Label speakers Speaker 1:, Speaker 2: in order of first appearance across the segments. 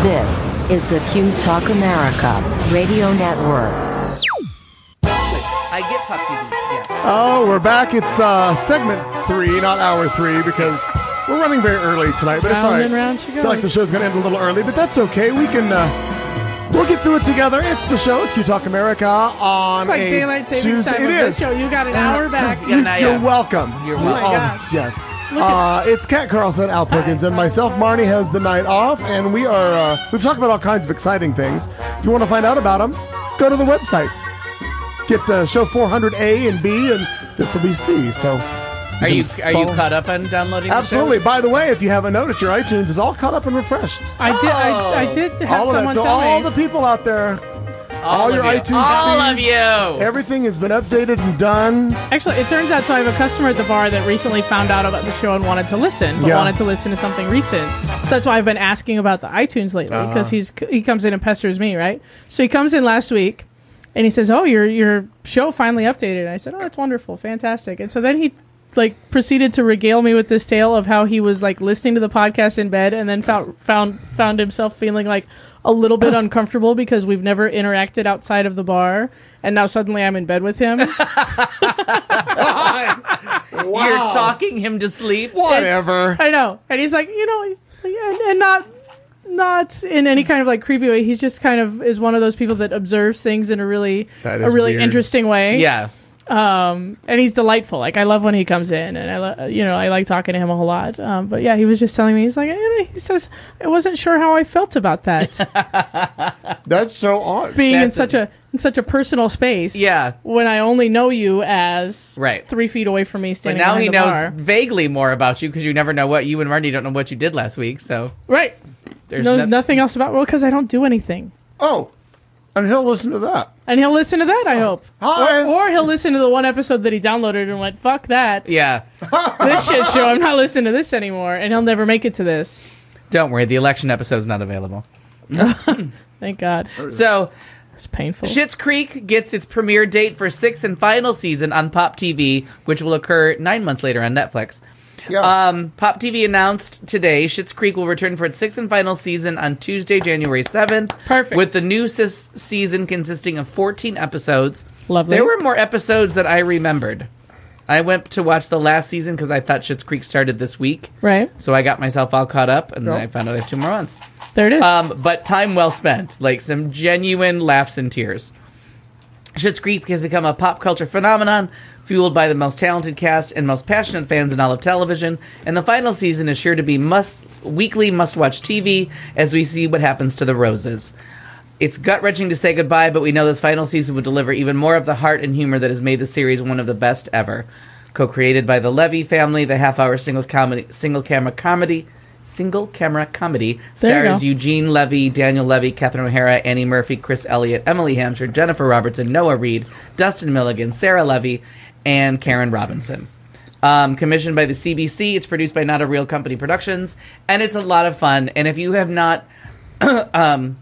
Speaker 1: This is the Q Talk America Radio Network.
Speaker 2: I get Puff TV. Yes.
Speaker 3: Oh, we're back. It's uh, segment three, not hour three, because we're running very early tonight. But it's all
Speaker 4: Round
Speaker 3: right.
Speaker 4: and round she
Speaker 3: It's like the
Speaker 4: goes.
Speaker 3: show's going to end a little early, but that's okay. We can uh, we'll get through it together. It's the show. It's Q Talk America on
Speaker 4: It's like
Speaker 3: a
Speaker 4: daylight savings
Speaker 3: Tuesday.
Speaker 4: time.
Speaker 3: It
Speaker 4: on
Speaker 3: is.
Speaker 4: This show. You got an hour back.
Speaker 2: Yeah, now,
Speaker 3: You're
Speaker 2: yeah.
Speaker 3: welcome.
Speaker 2: You're
Speaker 3: You
Speaker 2: welcome.
Speaker 3: all-
Speaker 4: Oh my gosh.
Speaker 3: Yes. Uh, it's Kat Carlson, Al Perkins, and myself. Marnie has the night off, and we are uh, we've talked about all kinds of exciting things. If you want to find out about them, go to the website. Get uh, show 400A and B, and this will be C. So,
Speaker 2: Are you
Speaker 3: can
Speaker 2: are you
Speaker 3: follow-
Speaker 2: caught up on downloading? the
Speaker 3: absolutely.
Speaker 2: shows?
Speaker 3: By the way, if you haven't noticed, your iTunes is all caught up and refreshed.
Speaker 4: I did. I, I did have
Speaker 3: Oh. all of that.
Speaker 4: someone
Speaker 3: So
Speaker 4: tell
Speaker 3: all
Speaker 4: me.
Speaker 3: the people out there, all,
Speaker 2: All of
Speaker 3: your
Speaker 2: you.
Speaker 3: iTunes,
Speaker 2: All of
Speaker 3: feeds,
Speaker 2: you.
Speaker 3: everything has been updated and done.
Speaker 4: Actually, it turns out so I have a customer at the bar that recently found out about the show and wanted to listen, but
Speaker 3: Yeah.
Speaker 4: wanted to listen to something recent. So that's why I've been asking about the iTunes lately because he's he comes in and pesters me, right? So he comes in last week and he says, "Oh, your your show finally updated." And I said, "Oh, that's wonderful, fantastic." And so then he like proceeded to regale me with this tale of how he was like listening to the podcast in bed and then found found found himself feeling like a little bit uncomfortable because we've never interacted outside of the bar and now suddenly I'm in bed with him.
Speaker 3: Wow.
Speaker 2: You're talking him to sleep.
Speaker 4: It's-
Speaker 3: Whatever.
Speaker 4: I know. And he's like, you know, like, and, and not not in any kind of like creepy way. He's just kind of is one of those people that observes things in a really
Speaker 3: That
Speaker 4: a
Speaker 3: is
Speaker 4: really
Speaker 3: weird.
Speaker 4: interesting way.
Speaker 2: Yeah.
Speaker 4: And he's delightful. Like I love when he comes in, and I lo- you know I like talking to him a whole lot. Um, but yeah, he was just telling me he's like eh, he says I wasn't sure how I felt about that
Speaker 3: That's so odd.
Speaker 4: being in
Speaker 2: That's
Speaker 4: such a in such a personal space.
Speaker 2: Yeah.
Speaker 4: when I only know you as
Speaker 2: Right.
Speaker 4: three feet away from me
Speaker 2: But
Speaker 4: standing.
Speaker 2: now
Speaker 4: behind
Speaker 2: he
Speaker 4: the
Speaker 2: knows
Speaker 4: bar.
Speaker 2: vaguely more about you because you never know what you and Marty don't know what you did last week. So
Speaker 4: right.
Speaker 2: there's
Speaker 4: knows
Speaker 2: no-
Speaker 4: nothing else about well because I don't do anything.
Speaker 3: Oh, and he'll listen to that.
Speaker 4: And he'll listen to that, I
Speaker 2: Oh.
Speaker 4: hope.
Speaker 3: Hi.
Speaker 4: Or he'll listen to the one episode that he downloaded and went, fuck that.
Speaker 2: Yeah.
Speaker 4: This shit show, I'm not listening to this anymore. And he'll never make it to this.
Speaker 2: Don't worry. The election episode's not available.
Speaker 4: Thank God.
Speaker 2: So
Speaker 4: It's painful.
Speaker 2: Schitt's Creek gets its premiere date for sixth and final season on Pop TV, which will occur nine months later on Netflix.
Speaker 3: Yeah.
Speaker 2: Um, Pop TV announced today Schitt's Creek will return for its sixth and final season on Tuesday, January 7th.
Speaker 4: Perfect.
Speaker 2: With the new sis- season consisting of 14 episodes.
Speaker 4: Lovely.
Speaker 2: There were more episodes that I remembered. I went to watch the last season because I thought Schitt's Creek started this week.
Speaker 4: Right.
Speaker 2: So I got myself all caught up and then I
Speaker 3: Yep.
Speaker 2: found out I have two more months.
Speaker 4: There it is.
Speaker 2: Um, but time well spent, like some genuine laughs and tears. Schitt's Creek has become a pop culture phenomenon, fueled by the most talented cast and most passionate fans in all of television. And the final season is sure to be must weekly must-watch TV as we see what happens to the roses. It's gut-wrenching to say goodbye, but we know this final season will deliver even more of the heart and humor that has made the series one of the best ever. Co-created by the Levy family, the half-hour single comedy, single-camera comedy, single-camera comedy
Speaker 4: There you
Speaker 2: stars
Speaker 4: go.
Speaker 2: Eugene Levy, Daniel Levy, Catherine O'Hara, Annie Murphy, Chris Elliott, Emily Hampshire, Jennifer Robertson, Noah Reed, Dustin Milligan, Sarah Levy, and Karen Robinson. Um, commissioned by the CBC, it's produced by Not a Real Company Productions, and it's a lot of fun. And if you have not um,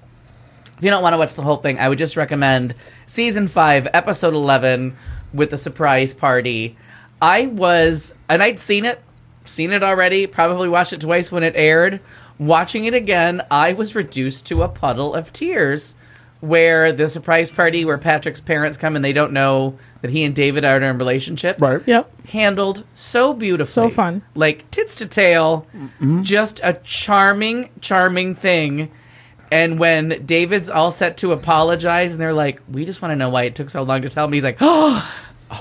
Speaker 2: if you don't want to watch the whole thing, I would just recommend season five, episode eleven, with the surprise party. I was, and I'd seen it, seen it already. Probably watched it twice when it aired. Watching it again, I was reduced to a puddle of tears. Where the surprise party, where Patrick's parents come and they don't know that he and David are in a relationship,
Speaker 3: Right.
Speaker 4: yep.
Speaker 2: handled so beautifully.
Speaker 4: So fun.
Speaker 2: Like tits to tail, just a charming, charming thing. And when David's all set to apologize and they're like, we just want to know why it took so long to tell me, he's like, oh,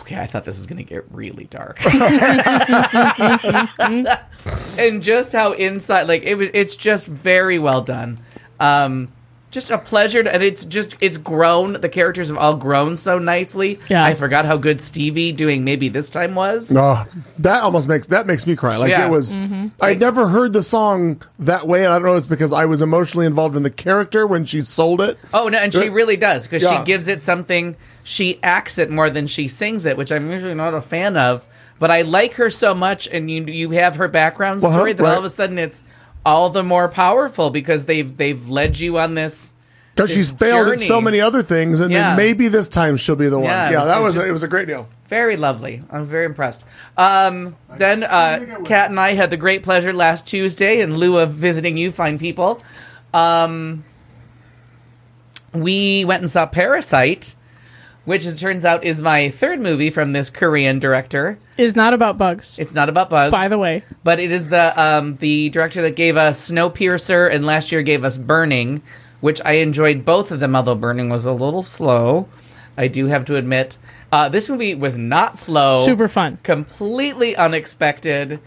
Speaker 2: okay, I thought this was going to get really dark. and just how inside, like, it was, it's just very well done. Um, just a pleasure, to, and it's just it's grown. The characters have all grown so nicely.
Speaker 4: Yeah.
Speaker 2: I forgot how good Stevie doing maybe this time was.
Speaker 3: Oh, that almost makes that makes me cry. Like
Speaker 2: Yeah.
Speaker 3: it was, I'd never heard the song that way, and I don't know. if It's because I was emotionally involved in the character when she sold it.
Speaker 2: Oh no, and she really does because
Speaker 3: Yeah.
Speaker 2: she gives it something. She acts it more than she sings it, which I'm usually not a fan of. But I like her so much, and you you have her background
Speaker 3: Uh-huh,
Speaker 2: story that
Speaker 3: right.
Speaker 2: all of a sudden it's all the more powerful because they've they've led you on this.
Speaker 3: because she's
Speaker 2: this
Speaker 3: failed at
Speaker 2: journey.
Speaker 3: so many other things, and
Speaker 2: Yeah.
Speaker 3: then maybe this time she'll be the one.
Speaker 2: Yeah,
Speaker 3: Yeah,
Speaker 2: it was- it
Speaker 3: that was
Speaker 2: just-
Speaker 3: it was a great deal.
Speaker 2: Very lovely. I'm very impressed. Um, then uh, Kat and I had the great pleasure last Tuesday, in lieu of visiting you fine people, we went and saw Parasite, which as it turns out is my third movie from this Korean director.
Speaker 4: Is not about bugs.
Speaker 2: It's not about bugs,
Speaker 4: By the way.
Speaker 2: but it is the um, the director that gave us Snowpiercer and last year gave us Burning, which I enjoyed both of them. Although Burning was a little slow, I do have to admit. Uh, this movie was not slow.
Speaker 4: Super fun.
Speaker 2: Completely unexpected,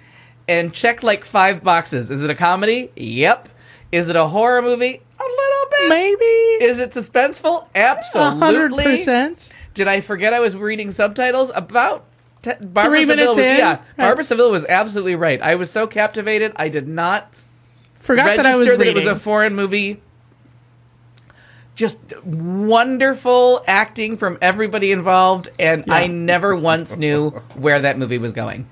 Speaker 2: and checked like five boxes. Is it a comedy? Yep. Is it a horror movie? A little bit.
Speaker 4: Maybe
Speaker 2: Is it suspenseful? Absolutely.
Speaker 4: hundred percent.
Speaker 2: Did I forget I was reading subtitles? About te- Barbara
Speaker 4: Three
Speaker 2: Seville
Speaker 4: minutes
Speaker 2: was,
Speaker 4: in?
Speaker 2: Yeah,
Speaker 4: Right.
Speaker 2: Barbara Seville was absolutely right. I was so captivated. I did not
Speaker 4: Forgot
Speaker 2: register
Speaker 4: that I was
Speaker 2: that
Speaker 4: reading.
Speaker 2: it was a foreign movie. Just wonderful acting from everybody involved, and I never once knew where that movie was going.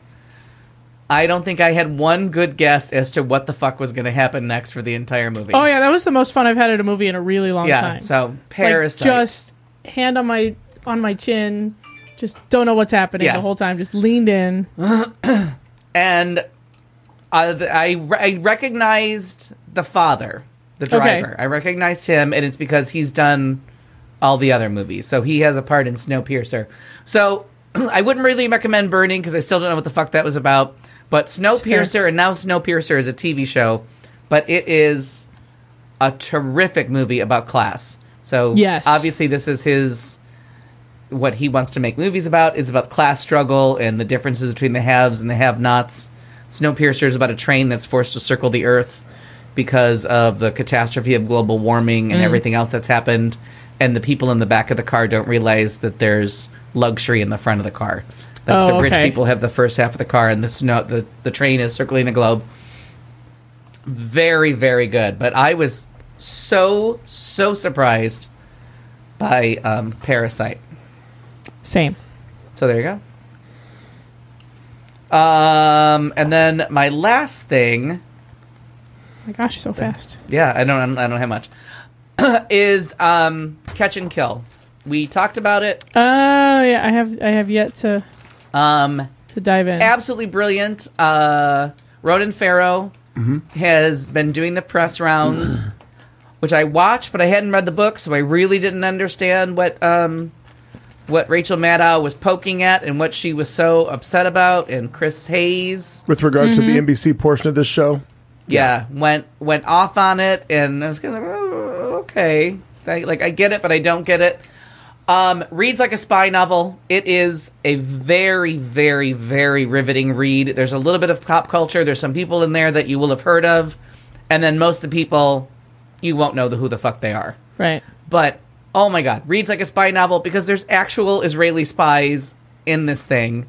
Speaker 2: I don't think I had one good guess as to what the fuck was going to happen next for the entire movie.
Speaker 4: oh yeah, that was the most fun I've had at a movie in a really long
Speaker 2: yeah.
Speaker 4: time.
Speaker 2: So
Speaker 4: Like,
Speaker 2: Parasite,
Speaker 4: just hand on my on my chin. Just don't know what's happening
Speaker 2: Yeah.
Speaker 4: the whole time. Just leaned in.
Speaker 2: and I, I, I recognized the father, the driver. I recognized him, and it's because he's done all the other movies. So he has a part in Snowpiercer. So I wouldn't really recommend Burning because I still don't know what the fuck that was about. But Snowpiercer, and now Snowpiercer is a TV show, but it is a terrific movie about class. So
Speaker 4: Yes.
Speaker 2: obviously this is his what he wants to make movies about is about class struggle and the differences between the haves and the have-nots. Snowpiercer is about a train that's forced to circle the Earth because of the catastrophe of global warming
Speaker 4: Mm.
Speaker 2: and everything else that's happened, and the people in the back of the car don't realize that there's luxury in the front of the car. That
Speaker 4: Oh,
Speaker 2: the rich
Speaker 4: okay.
Speaker 2: people have the first half of the car, and the snow the, the train is circling the globe. Very, very good. But I was so so surprised by um, Parasite.
Speaker 4: Same.
Speaker 2: So there you go. Um, and then my last thing,
Speaker 4: Oh my gosh, so fast.
Speaker 2: yeah, I don't, I don't have much, is um, Catch and Kill. We talked about it.
Speaker 4: Oh yeah, I have I have yet to
Speaker 2: Um,
Speaker 4: to dive in.
Speaker 2: absolutely brilliant. Uh, Ronan Farrow has been doing the press rounds, which I watched, but I hadn't read the book, so I really didn't understand what um, what Rachel Maddow was poking at and what she was so upset about, and Chris Hayes.
Speaker 3: With regard to the NBC portion of this show,
Speaker 2: yeah, went went off on it, and I was kind of like, "Oh, okay, I, like I get it, but I don't get it. Um, reads like a spy novel. It is a very, very, very riveting read. There's a little bit of pop culture. There's some people in there that you will have heard of, and then most of the people you won't know the, who the fuck they are
Speaker 4: right.
Speaker 2: but oh my god, reads like a spy novel because there's actual Israeli spies in this thing,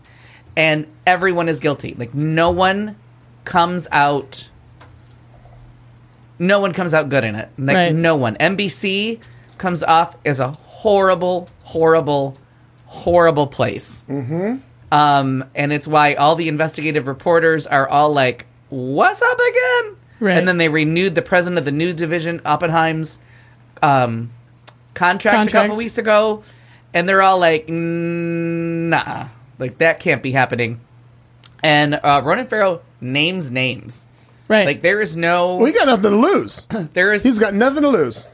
Speaker 2: and everyone is guilty. Like no one comes out. No one comes out good in it. Like
Speaker 4: Right.
Speaker 2: no one. NBC comes off as a horrible, horrible, horrible place. Um, and it's why all the investigative reporters are all like, "What's up again?"
Speaker 4: Right.
Speaker 2: And then they renewed the president of the news division, Oppenheim's um, contract, a couple
Speaker 4: Contract.
Speaker 2: weeks ago, and they're all like, "Nah, like that can't be happening." And uh, Ronan Farrow names names.
Speaker 4: Right.
Speaker 2: Like there is no,
Speaker 3: we got nothing to lose.
Speaker 2: there is
Speaker 3: He's got nothing to lose.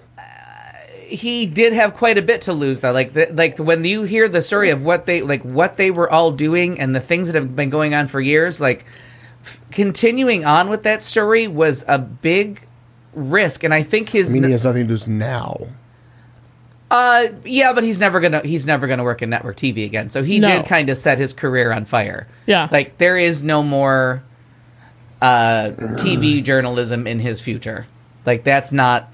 Speaker 2: he did have quite a bit to lose though. Like the, like when you hear the story of what they like what they were all doing and the things that have been going on for years, like f- continuing on with that story was a big risk and I think his
Speaker 3: I mean, he has nothing to lose now.
Speaker 2: uh yeah, but he's never gonna he's never gonna work in network TV again. So he
Speaker 4: No.
Speaker 2: did kind of set his career on fire.
Speaker 4: Yeah.
Speaker 2: Like there is no more uh TV journalism in his future. Like that's not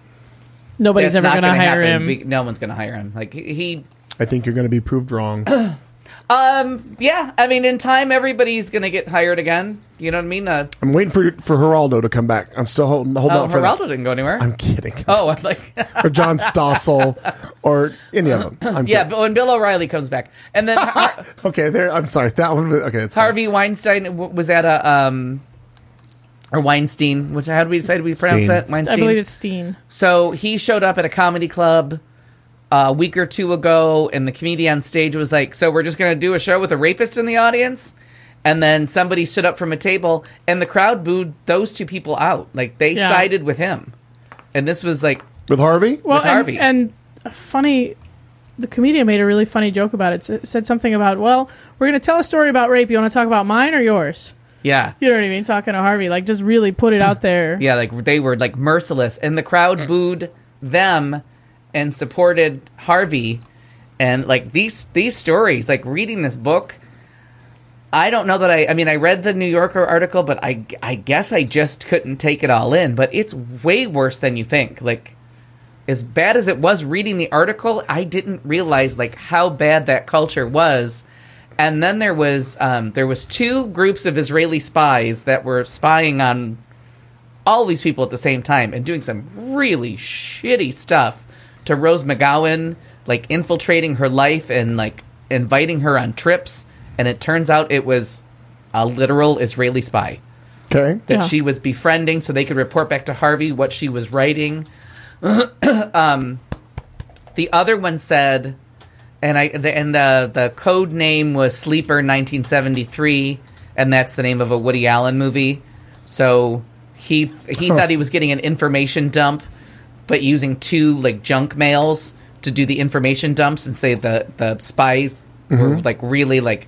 Speaker 4: Nobody's
Speaker 2: that's
Speaker 4: ever
Speaker 2: not
Speaker 4: going to hire
Speaker 2: happen.
Speaker 4: him.
Speaker 2: We- no one's gonna hire him. Like he- he
Speaker 3: I think you're going to be proved wrong.
Speaker 2: um, Yeah, I mean, in time, everybody's gonna get hired again. You know what I mean? Uh,
Speaker 3: I'm waiting for for Geraldo to come back. I'm still holding, holding
Speaker 2: oh,
Speaker 3: out for
Speaker 2: Geraldo
Speaker 3: that.
Speaker 2: didn't go anywhere.
Speaker 3: I'm kidding.
Speaker 2: oh, I'm like,
Speaker 3: Or John Stossel, or any of them. I'm
Speaker 2: yeah,
Speaker 3: kidding.
Speaker 2: but when Bill O'Reilly comes back, and then Har-
Speaker 3: okay, there. I'm sorry. That one. Okay, that's fine.
Speaker 2: Harvey Weinstein w- was at a um, or Weinstein, which how do we how do we pronounce
Speaker 3: Steen.
Speaker 2: that?
Speaker 4: I
Speaker 2: Weinstein.
Speaker 4: believe it's Steen.
Speaker 2: So he showed up at a comedy club uh, a week or two ago, and the comedian on stage was like, "So we're just going to do a show with a rapist in the audience." And then somebody stood up from a table, and the crowd booed those two people out. Like they
Speaker 4: Yeah.
Speaker 2: sided with him. and this was like
Speaker 3: with Harvey.
Speaker 4: well,
Speaker 2: with
Speaker 4: and,
Speaker 2: Harvey.
Speaker 4: and a funny, the comedian made a really funny joke about it. S- said something about, well, we're going to tell a story about rape. You want to talk about mine or yours?
Speaker 2: yeah,
Speaker 4: You know what I mean? Talking to Harvey, like just really put it out there.
Speaker 2: yeah, like they were like merciless, and the crowd booed them and supported Harvey, and like these these stories, like reading this book. I don't know that I. I mean, I read the New Yorker article, but I, I guess I just couldn't take it all in. But it's way worse than you think. Like, as bad as it was reading the article, I didn't realize like how bad that culture was. And then there was um, there was two groups of Israeli spies that were spying on all these people at the same time and doing some really shitty stuff to Rose McGowan, like infiltrating her life and like inviting her on trips. And it turns out it was a literal Israeli spy
Speaker 3: Okay.
Speaker 2: that
Speaker 4: Yeah.
Speaker 2: she was befriending so they could report back to Harvey what she was writing. um, the other one said, and I the, and the the code name was Sleeper 1973, and that's the name of a Woody Allen movie. So he he thought he was getting an information dump, but using two like junk mails to do the information dump since they the the spies were like really like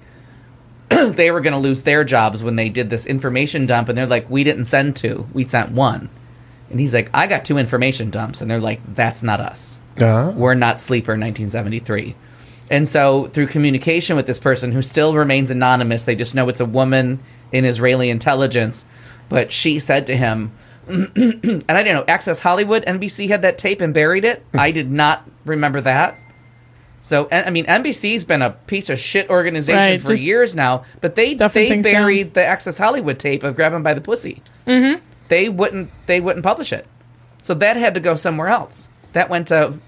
Speaker 2: they were going to lose their jobs when they did this information dump and they're like we didn't send two we sent one and he's like i got two information dumps and they're like that's not us
Speaker 3: Uh-huh.
Speaker 2: we're not sleeper 1973 and so through communication with this person who still remains anonymous they just know it's a woman in israeli intelligence but she said to him and i don't know access hollywood nbc had that tape and buried it i did not remember that so and- I mean, NBC's been a piece of shit organization
Speaker 4: Right,
Speaker 2: for
Speaker 4: just
Speaker 2: years now, but they
Speaker 4: stuffing
Speaker 2: they
Speaker 4: things
Speaker 2: buried the Access Hollywood tape of grabbing by the pussy. Mm-hmm. They wouldn't they wouldn't publish it, so that had to go somewhere else. That went to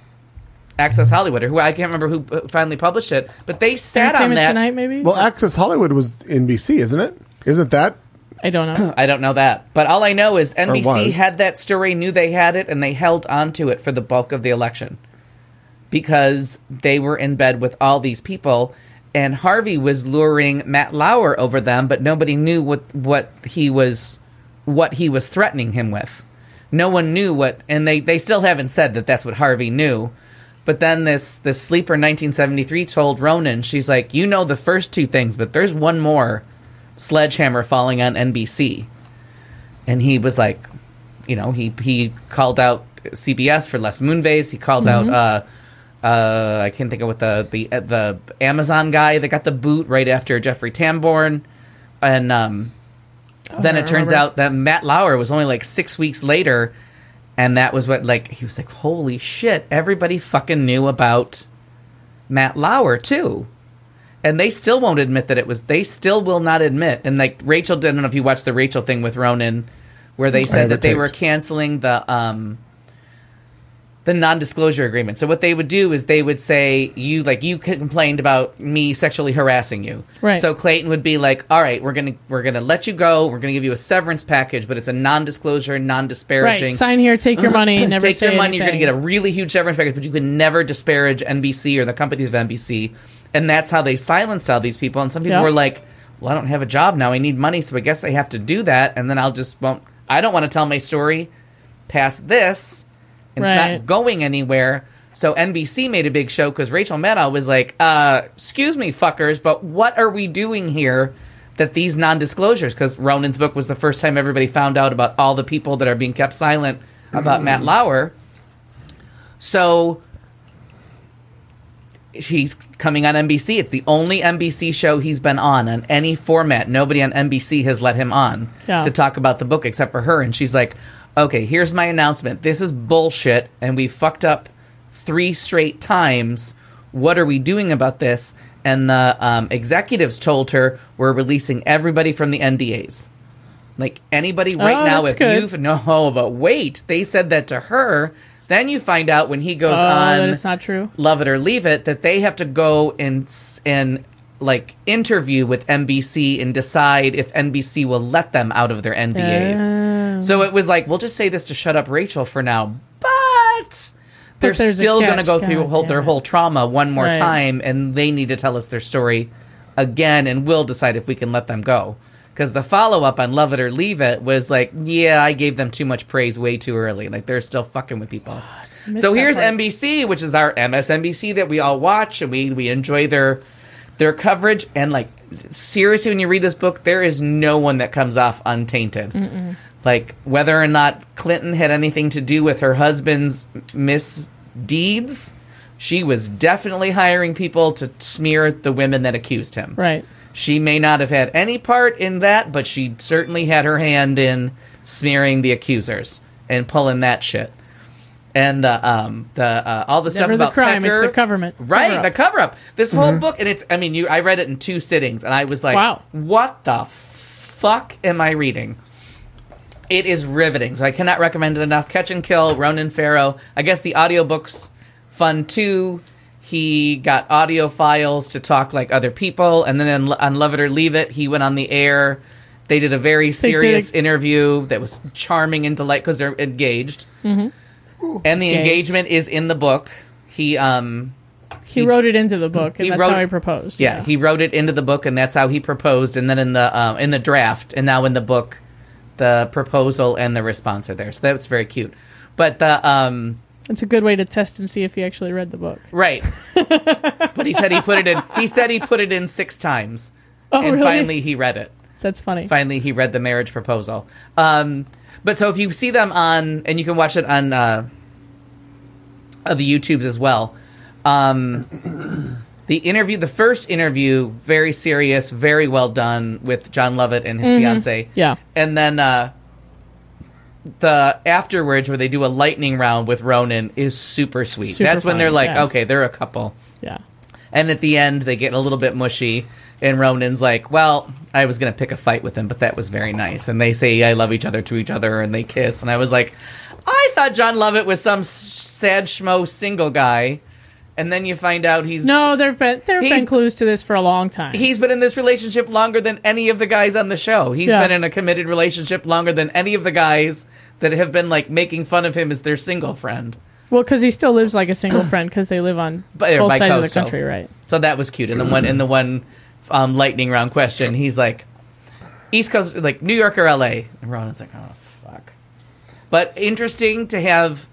Speaker 2: Access Hollywood or who I can't remember who uh, finally published it, but they sat on
Speaker 4: Entertainment
Speaker 2: that.
Speaker 4: Tonight, maybe.
Speaker 3: Well, Access Hollywood was NBC, isn't it? Isn't that?
Speaker 4: I don't know.
Speaker 2: I don't know that, but all I know is NBC
Speaker 3: was.
Speaker 2: had that story, knew they had it, and they held onto it for the bulk of the election because they were in bed with all these people, and Harvey was luring Matt Lauer over them, but nobody knew what what he was what he was threatening him with. No one knew what, and they they still haven't said that that's what Harvey knew. But then this this sleeper 1973 told Ronan, she's like, you know the first two things, but there's one more sledgehammer falling on NBC. And he was like, you know, he he called out CBS for Les Moonves. He called
Speaker 4: Mm-hmm.
Speaker 2: out uh, uh, I can't think of what the the uh, the Amazon guy that got the boot right after Jeffrey Tambor, and um, then it
Speaker 4: Oh, I
Speaker 2: turns
Speaker 4: remember.
Speaker 2: out that Matt Lauer was only like six weeks later, and that was what like he was like, holy shit, everybody fucking knew about Matt Lauer too and they still won't admit that it was. They still will not admit. And like Rachel, I don't know if you watched the Rachel thing with Ronan, where they
Speaker 3: have
Speaker 2: said that
Speaker 3: it
Speaker 2: they
Speaker 3: taped.
Speaker 2: were canceling the um the non-disclosure agreement. So what they would do is they would say you like you complained about me sexually harassing you.
Speaker 4: Right.
Speaker 2: So Clayton would be like, "All right, we're going to we're going to let you go. We're going to give you a severance package, but it's a non-disclosure, non-disparaging
Speaker 4: Right. Sign here. Take your money. Never
Speaker 2: take
Speaker 4: say
Speaker 2: your money. You're going
Speaker 4: anything.
Speaker 2: to get a really huge severance package, but you can never disparage NBC or the companies of NBC. And that's how they silenced all these people. And some people
Speaker 4: Yeah.
Speaker 2: were like, "Well, I don't have a job now. I need money, so I guess I have to do that." And then I'll just won't. I don't want to tell my story past this. And It's not
Speaker 4: Right.
Speaker 2: going anywhere. So NBC made a big show because Rachel Maddow was like, uh, "Excuse me, fuckers, but what are we doing here?" That these non-disclosures, because Ronan's book was the first time everybody found out about all the people that are being kept silent about Matt Lauer. So he's coming on NBC. It's the only NBC show he's been on on any format. Nobody on NBC has let him on
Speaker 4: Yeah.
Speaker 2: to talk about the book except for her. And she's like, okay, here's my announcement. This is bullshit. And we fucked up three straight times. What are we doing about this? And the um, executives told her, we're releasing everybody from the NDAs. Like anybody right
Speaker 4: Oh,
Speaker 2: now,
Speaker 4: that's
Speaker 2: if
Speaker 4: good.
Speaker 2: you've no, but wait, they said that to her. Then you find out when he goes
Speaker 4: Oh,
Speaker 2: on
Speaker 4: that it's not true.
Speaker 2: Love It or Leave It that they have to go and s- and like interview with NBC and decide if NBC will let them out of their
Speaker 4: Oh.
Speaker 2: NDAs. So it was like, we'll just say this to shut up Rachel for now, but they're
Speaker 4: there's a
Speaker 2: still going to
Speaker 4: catch.
Speaker 2: go through
Speaker 4: God
Speaker 2: whole, their
Speaker 4: damn it.
Speaker 2: whole trauma one more
Speaker 4: Right.
Speaker 2: time, and they need to tell us their story again, and we'll decide if we can let them go. because the follow up on Love It or Leave It was like, yeah, I gave them too much praise way too early. Like they're still fucking with people. So
Speaker 4: that
Speaker 2: here's
Speaker 4: part.
Speaker 2: NBC, which is our MSNBC that we all watch and we we enjoy their their coverage. And like seriously, when you read this book, there is no one that comes off untainted. Like whether or not Clinton had anything to do with her husband's misdeeds, she was definitely hiring people to smear the women that accused him.
Speaker 4: Right.
Speaker 2: She may not have had any part in that, but she certainly had her hand in smearing the accusers and pulling that shit. And uh, um, the uh, all the stuff
Speaker 4: Never the
Speaker 2: about
Speaker 4: crime, it's
Speaker 2: Pecker,
Speaker 4: the government-
Speaker 2: right?
Speaker 4: cover-up.
Speaker 2: the cover up. This whole book, and it's—I mean, you—I read it in two sittings, and I was like,
Speaker 4: Mm-hmm. Wow.
Speaker 2: "What the fuck am I reading?" It is riveting, so I cannot recommend it enough. Catch and Kill, Ronan Farrow. I guess the audiobooks fun too. He got audio files to talk like other people, and then on- on Love It or Leave It, he went on the air. They did a very
Speaker 4: did a-
Speaker 2: serious interview that was charming and delight because they're engaged, and the
Speaker 4: Mm-hmm. Gays.
Speaker 2: engagement is in the book. He um
Speaker 4: He, wrote it into the book, and
Speaker 2: he
Speaker 4: that's
Speaker 2: wrote-
Speaker 4: how he proposed.
Speaker 2: yeah, he wrote it into the book, and that's how he proposed. And then in the um, in the draft, and now in the book, the proposal and the response are there. So that's very cute. But the um,
Speaker 4: it's a good way to test and see if he actually read the book.
Speaker 2: right, but he said he put it in. He said he put it in six times,
Speaker 4: Oh,
Speaker 2: and
Speaker 4: really?
Speaker 2: finally he read it.
Speaker 4: That's funny.
Speaker 2: Finally, he read the marriage proposal. Um, but so if you see them on, and you can watch it on uh, uh, the YouTubes as well. Um, the interview, the first interview, very serious, very well done with John Lovett and his fiance.
Speaker 4: Mm-hmm. Yeah.
Speaker 2: and then uh, the afterwards where they do a lightning round with Ronan is super sweet.
Speaker 4: Super
Speaker 2: That's when
Speaker 4: fun,
Speaker 2: they're like,
Speaker 4: yeah.
Speaker 2: okay, they're a couple.
Speaker 4: Yeah.
Speaker 2: And at the end, they get a little bit mushy, and Ronan's like, "Well, I was gonna pick a fight with him, but that was very nice." And they say, "I love each other" to each other, and they kiss. And I was like, "I thought John Lovett was some s- sad schmo single guy," and then you find out he's
Speaker 4: No, there've been there've
Speaker 2: He's-
Speaker 4: been clues to this for a long time.
Speaker 2: he's been in this relationship longer than any of the guys on the show. He's
Speaker 4: Yeah.
Speaker 2: been in a committed relationship longer than any of the guys that have been like making fun of him as their single friend.
Speaker 4: well, because he still lives like a single friend because they live on
Speaker 2: But they're
Speaker 4: both sides of the
Speaker 2: bicoastal.
Speaker 4: country, right?
Speaker 2: So that was cute. And the one in the one um, lightning round question, he's like, East Coast, like New York or LA? And Ronan's like, oh fuck. But interesting to have,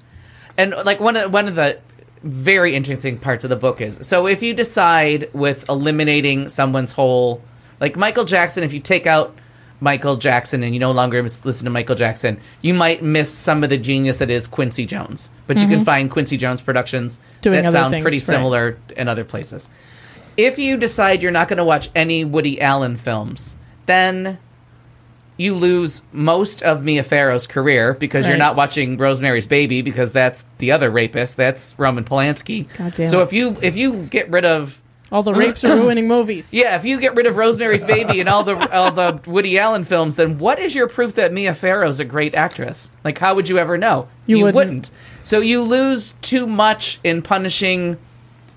Speaker 2: and like one of one of the very interesting parts of the book is so if you decide with eliminating someone's whole, like Michael Jackson, if you take out Michael Jackson and you no longer mis- listen to Michael Jackson, you might miss some of the genius that is Quincy Jones. But you can find Quincy Jones productions
Speaker 4: Mm-hmm. Doing
Speaker 2: that
Speaker 4: other
Speaker 2: sound
Speaker 4: things,
Speaker 2: pretty
Speaker 4: right.
Speaker 2: similar in other places. If you decide you're not going to watch any Woody Allen films, then you lose most of Mia Farrow's career because you're
Speaker 4: Right.
Speaker 2: not watching Rosemary's Baby because that's the other rapist, that's Roman Polanski.
Speaker 4: God damn
Speaker 2: so
Speaker 4: it.
Speaker 2: if you if you get rid of
Speaker 4: All the rapes are ruining movies.
Speaker 2: yeah, if you get rid of Rosemary's Baby and all the all the Woody Allen films, then what is your proof that Mia Farrow's a great actress? Like, how would you ever know?
Speaker 4: You wouldn't.
Speaker 2: So you lose too much in punishing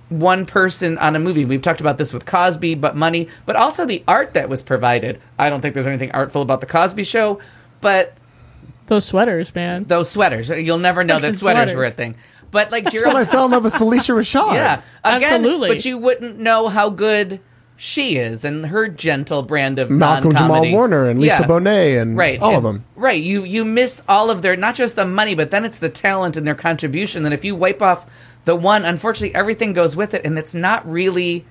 Speaker 2: one person on a movie. We've talked about this with Cosby, but money, but also the art that was provided. I don't think there's anything artful about the Cosby Show, but
Speaker 4: Those sweaters, man.
Speaker 2: those sweaters. You'll never know that
Speaker 4: Fucking
Speaker 2: sweaters, were a
Speaker 4: sweaters.
Speaker 2: thing. But like
Speaker 3: When
Speaker 2: Gerald
Speaker 3: I fell in love with Felicia Rashad.
Speaker 2: yeah, again,
Speaker 4: Absolutely.
Speaker 2: But you wouldn't know how good she is and her gentle brand of
Speaker 3: Malcolm
Speaker 2: non-comedy.
Speaker 3: Jamal Warner and Lisa
Speaker 2: Yeah.
Speaker 3: Bonet and
Speaker 2: right?
Speaker 3: all of
Speaker 2: and-
Speaker 3: them.
Speaker 2: right? You you miss all of their not just the money, but then it's the talent and their contribution. That if you wipe off the one, unfortunately, everything goes with it, and it's not really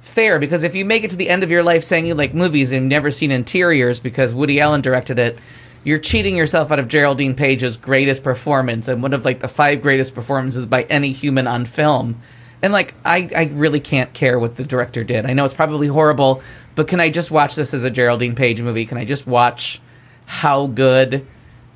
Speaker 2: fair because if you make it to the end of your life saying you like movies and you've never seen interiors because Woody Allen directed it, you're cheating yourself out of Geraldine Page's greatest performance and one of like the five greatest performances by any human on film. And like I, I really can't care what the director did. I know it's probably horrible, but can I just watch this as a Geraldine Page movie? Can I just watch how good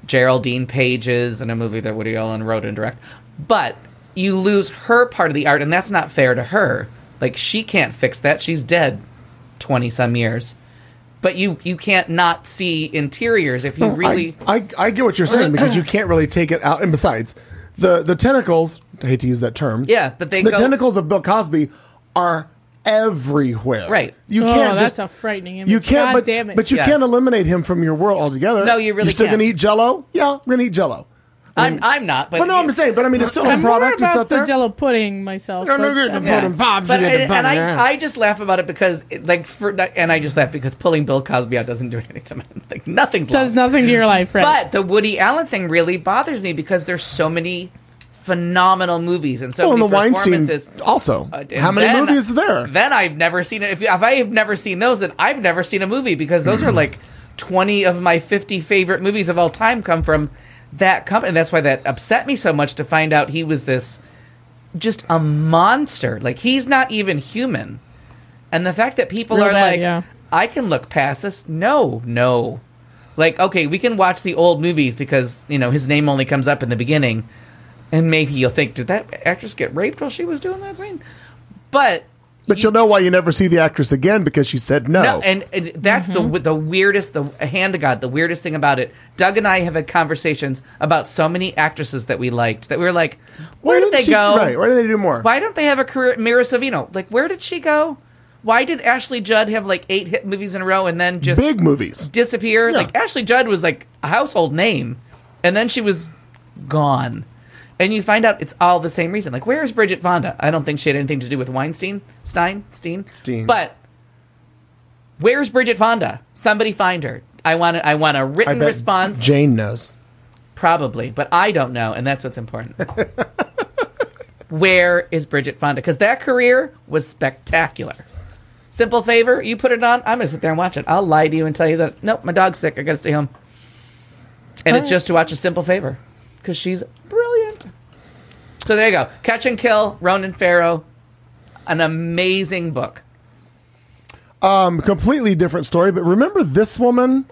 Speaker 2: Geraldine Page is in a movie that Woody Allen wrote and directed. But you lose her part of the art, and that's not fair to her. Like she can't fix that. She's dead twenty some years. But you you can't not see interiors if you really
Speaker 3: I, I, I get what you're saying because you can't really take it out. And besides, the the tentacles. I hate to use that term.
Speaker 2: Yeah, but they
Speaker 3: the
Speaker 2: go-
Speaker 3: tentacles of Bill Cosby are everywhere.
Speaker 2: Right.
Speaker 3: You
Speaker 4: Oh,
Speaker 3: can't.
Speaker 4: that's
Speaker 3: just,
Speaker 4: a frightening image.
Speaker 3: You can't.
Speaker 4: God
Speaker 3: but,
Speaker 4: damn it.
Speaker 3: but you
Speaker 2: Yeah.
Speaker 3: can't eliminate him from your world altogether.
Speaker 2: No, you really
Speaker 3: You're still
Speaker 2: can't.
Speaker 3: gonna eat Jello. Yeah, we're gonna eat Jello.
Speaker 2: I'm, I'm not, but,
Speaker 3: But no, I'm saying, but I mean, it's still a
Speaker 4: I'm more
Speaker 3: product. It's
Speaker 4: about
Speaker 3: out there.
Speaker 4: the Jello pudding myself.
Speaker 3: Yeah, no
Speaker 4: but,
Speaker 3: good.
Speaker 4: I mean,
Speaker 3: Yeah. Golden Pops,
Speaker 2: But
Speaker 3: you get
Speaker 2: and,
Speaker 3: the
Speaker 2: and
Speaker 3: banana.
Speaker 2: I, I just laugh about it because it, like for, and I just laugh because pulling Bill Cosby out doesn't do anything to me. Like nothing's
Speaker 4: does
Speaker 2: lost.
Speaker 4: nothing to your life, right?
Speaker 2: But the Woody Allen thing really bothers me because there's so many phenomenal movies and so
Speaker 3: Oh, and
Speaker 2: many
Speaker 3: the Weinstein
Speaker 2: performances.
Speaker 3: also.
Speaker 2: Uh, and
Speaker 3: How many
Speaker 2: then-
Speaker 3: movies are there?
Speaker 2: Then I've never seen it. If, if I have never seen those, then I've never seen a movie because those are like 20 of my 50 favorite movies of all time come from that company. And that's why that upset me so much to find out he was this just a monster. Like, he's not even human. And the fact that people
Speaker 4: Real
Speaker 2: are
Speaker 4: bad,
Speaker 2: like,
Speaker 4: yeah.
Speaker 2: I can look past this. No, no. Like, okay, we can watch the old movies because, you know, his name only comes up in the beginning. And maybe you'll think, did that actress get raped while she was doing that scene? But
Speaker 3: But
Speaker 2: you-
Speaker 3: you'll know why you never see the actress again because she said no.
Speaker 2: no, and, and that's the the weirdest, the hand to God, the weirdest thing about it. Doug and I have had conversations about so many actresses that we liked that we were like,
Speaker 3: Why
Speaker 2: where did
Speaker 3: didn't
Speaker 2: they
Speaker 3: she-
Speaker 2: go?
Speaker 3: Right. Why did they do more?
Speaker 2: Why don't they have a career? Mira Savino, like, where did she go? Why did Ashley Judd have like eight hit movies in a row and then just
Speaker 3: Big movies.
Speaker 2: disappear?
Speaker 3: Yeah.
Speaker 2: Like Ashley Judd was like a household name, and then she was gone. And you find out it's all the same reason. Like, where is Bridget Fonda? I don't think she had anything to do with Weinstein, Stein, Steen,
Speaker 3: Steen.
Speaker 2: But where's Bridget Fonda? Somebody find her. I want. A, I want a
Speaker 3: I
Speaker 2: written
Speaker 3: bet
Speaker 2: response,
Speaker 3: Jane knows.
Speaker 2: probably, but I don't know, and that's what's important. where is Bridget Fonda? Because that career was spectacular. Simple favor, you put it on. I'm gonna sit there and watch it. I'll lie to you and tell you that nope, my dog's sick. I gotta stay home. And it's just to watch a simple favor because she's brilliant. So there you go. Catch and Kill, Ronan Farrow, an amazing book.
Speaker 3: Um, completely different story, but remember this woman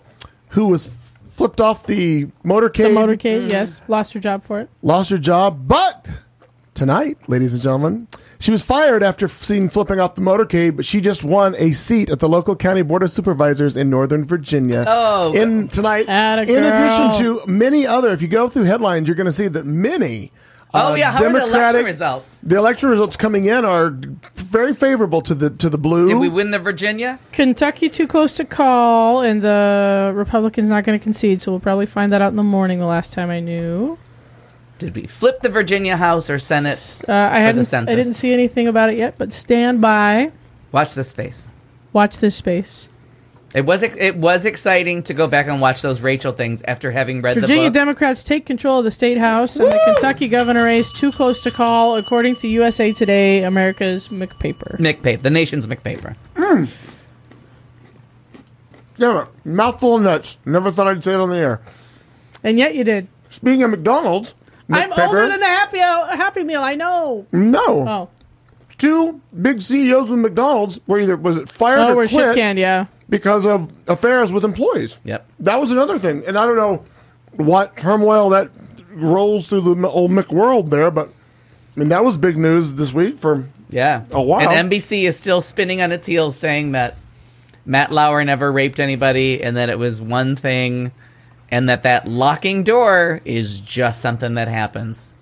Speaker 3: who was flipped off the
Speaker 4: the
Speaker 3: motorcade,
Speaker 4: motorcade, yes,
Speaker 3: Mm.
Speaker 4: lost her job for it.
Speaker 3: lost her job, but tonight, ladies and gentlemen, she was fired after seen flipping off the motorcade, but she just won a seat at the local county board of supervisors in Northern Virginia.
Speaker 2: Oh.
Speaker 3: in tonight,
Speaker 4: Atta
Speaker 3: in addition to
Speaker 4: girl.
Speaker 3: many other, if you go through headlines, you're going to see that many.
Speaker 2: Oh
Speaker 3: uh,
Speaker 2: yeah, how are the election
Speaker 3: Democratic-
Speaker 2: results?
Speaker 3: The election results coming in are very favorable to the to the blue.
Speaker 2: Did we win the Virginia?
Speaker 4: Kentucky too close to call, and the Republicans not going to concede, so we'll probably find that out in the morning. The last time I knew,
Speaker 2: Did we flip the Virginia House or Senate?
Speaker 4: uh, I
Speaker 2: the
Speaker 4: hadn't, I
Speaker 2: census.
Speaker 4: didn't see anything about it yet. But stand by,
Speaker 2: Watch this space.
Speaker 4: watch this space.
Speaker 2: It was it was exciting to go back and watch those Rachel things after having read
Speaker 4: Virginia
Speaker 2: the book.
Speaker 4: Democrats take control of the state house and the Kentucky governor race too close to call, according to USA Today, America's McPaper.
Speaker 2: McPaper, the nation's McPaper.
Speaker 3: Yeah, mouthful of nuts. Never thought I'd say it on the air.
Speaker 4: And yet you did.
Speaker 3: Speaking of McDonald's,
Speaker 4: I'm
Speaker 3: McPepper,
Speaker 4: older than the Happy Happy Meal. I know.
Speaker 2: Hmm.
Speaker 3: No,
Speaker 4: Oh,
Speaker 3: two big CEOs with McDonald's were either was it fired
Speaker 4: oh,
Speaker 3: or
Speaker 4: we're
Speaker 3: quit
Speaker 4: shit canned. Yeah.
Speaker 3: because of affairs with employees.
Speaker 2: Yep.
Speaker 3: that was another thing, and I don't know what turmoil that rolls through the m- old McWorld there, but I mean that was big news this week for
Speaker 2: Yeah.
Speaker 3: Oh, wow.
Speaker 2: And NBC is still spinning on its heels saying that Matt Lauer never raped anybody and that it was one thing and that that locking door is just something that happens.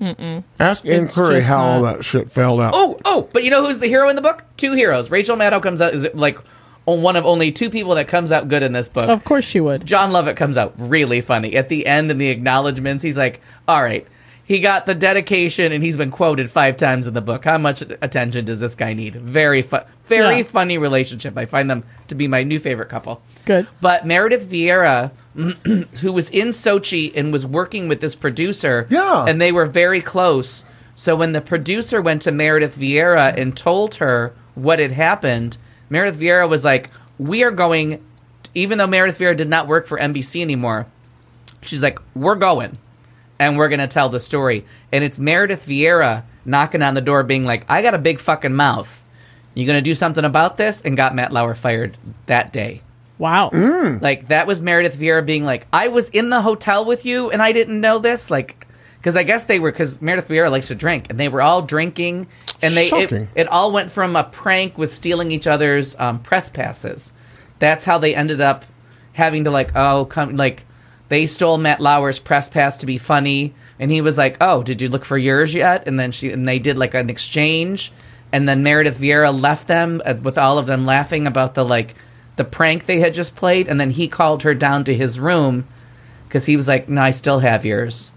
Speaker 3: ask Ann
Speaker 4: It's
Speaker 3: Curry
Speaker 4: just
Speaker 3: how all
Speaker 4: not-
Speaker 3: that shit fell out.
Speaker 2: Oh, oh, but you know who's the hero in the book? Two heroes. Rachel Maddow comes out is like one of only two people that comes out good in this book.
Speaker 4: Of course she would.
Speaker 2: John Lovett comes out really funny at the end in the acknowledgments. He's like, "All right, he got the dedication, and he's been quoted five times in the book. How much attention does this guy need?" Very fun, very
Speaker 4: Yeah.
Speaker 2: funny relationship. I find them to be my new favorite couple.
Speaker 4: Good.
Speaker 2: But Meredith Vieira, who was in Sochi and was working with this producer,
Speaker 3: Yeah.
Speaker 2: and they were very close. So when the producer went to Meredith Vieira and told her what had happened, Meredith Vieira was like, "We are going." Even though Meredith Vieira did not work for NBC anymore, she's like, "We're going, and we're going to tell the story." And it's Meredith Vieira knocking on the door, being like, "I got a big fucking mouth. You going to do something about this?" And got Matt Lauer fired that day.
Speaker 4: Wow.
Speaker 2: Mm. Like that was Meredith Vieira being like, "I was in the hotel with you and I didn't know this." Like, because I guess they were because Meredith Vieira likes to drink, and they were all drinking, and they it,
Speaker 3: Shocking.
Speaker 2: it all went from a prank with stealing each other's um, press passes. That's how they ended up having to like, oh, come like they stole Matt Lauer's press pass to be funny, and he was like, "Oh, did you look for yours yet?" And then she and they did like an exchange, and then Meredith Vieira left them uh, with all of them laughing about the like the prank they had just played, and then he called her down to his room because he was like, "No, I still have yours."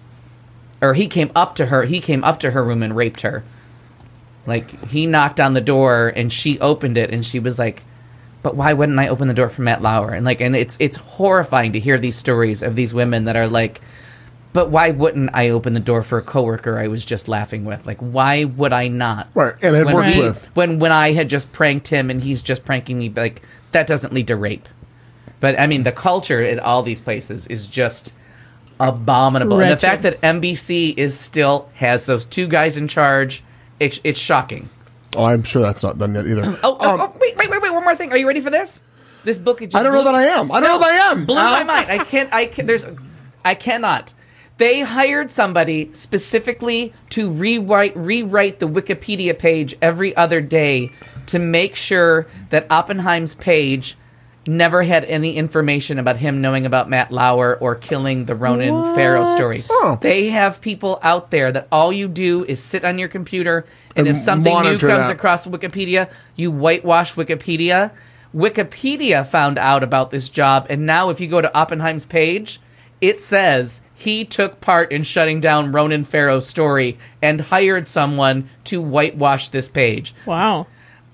Speaker 2: or he came up to her. He came up to her room and raped her. Like he knocked on the door and she opened it and she was like, "But why wouldn't I open the door for Matt Lauer?" And like, and it's it's horrifying to hear these stories of these women that are like, "But why wouldn't I open the door for a coworker I was just laughing with? Like, why would I not?"
Speaker 3: Right, and had
Speaker 2: when
Speaker 3: worked
Speaker 2: we-
Speaker 3: with.
Speaker 2: when when I had just pranked him and he's just pranking me. Like that doesn't lead to rape. But I mean, the culture at all these places is just abominable. And
Speaker 4: Wretched.
Speaker 2: the fact that NBC is still has those two guys in charge, it's it's shocking.
Speaker 3: Oh, I'm sure that's not done yet either.
Speaker 2: Oh, oh, oh, wait, wait, wait, wait! One more thing. Are you ready for this? This book. it Just
Speaker 3: Um, I don't know
Speaker 2: blew-
Speaker 3: that I am. I don't know that I am.
Speaker 2: Blew
Speaker 3: Al.
Speaker 2: my mind. I can't. I can. There's. I cannot. They hired somebody specifically to rewrite rewrite the Wikipedia page every other day to make sure that Oppenheim's page never had any information about him knowing about Matt Lauer or killing the Ronan
Speaker 4: What?
Speaker 2: Farrow story.
Speaker 3: Oh.
Speaker 2: They have people out there that all you do is sit on your computer and,
Speaker 3: And
Speaker 2: if something new comes
Speaker 3: monitor that.
Speaker 2: across across Wikipedia. You whitewash Wikipedia. Wikipedia found out about this job, and now if you go to Oppenheim's page, it says he took part in shutting down Ronan Farrow's story and hired someone to whitewash this page.
Speaker 4: Wow.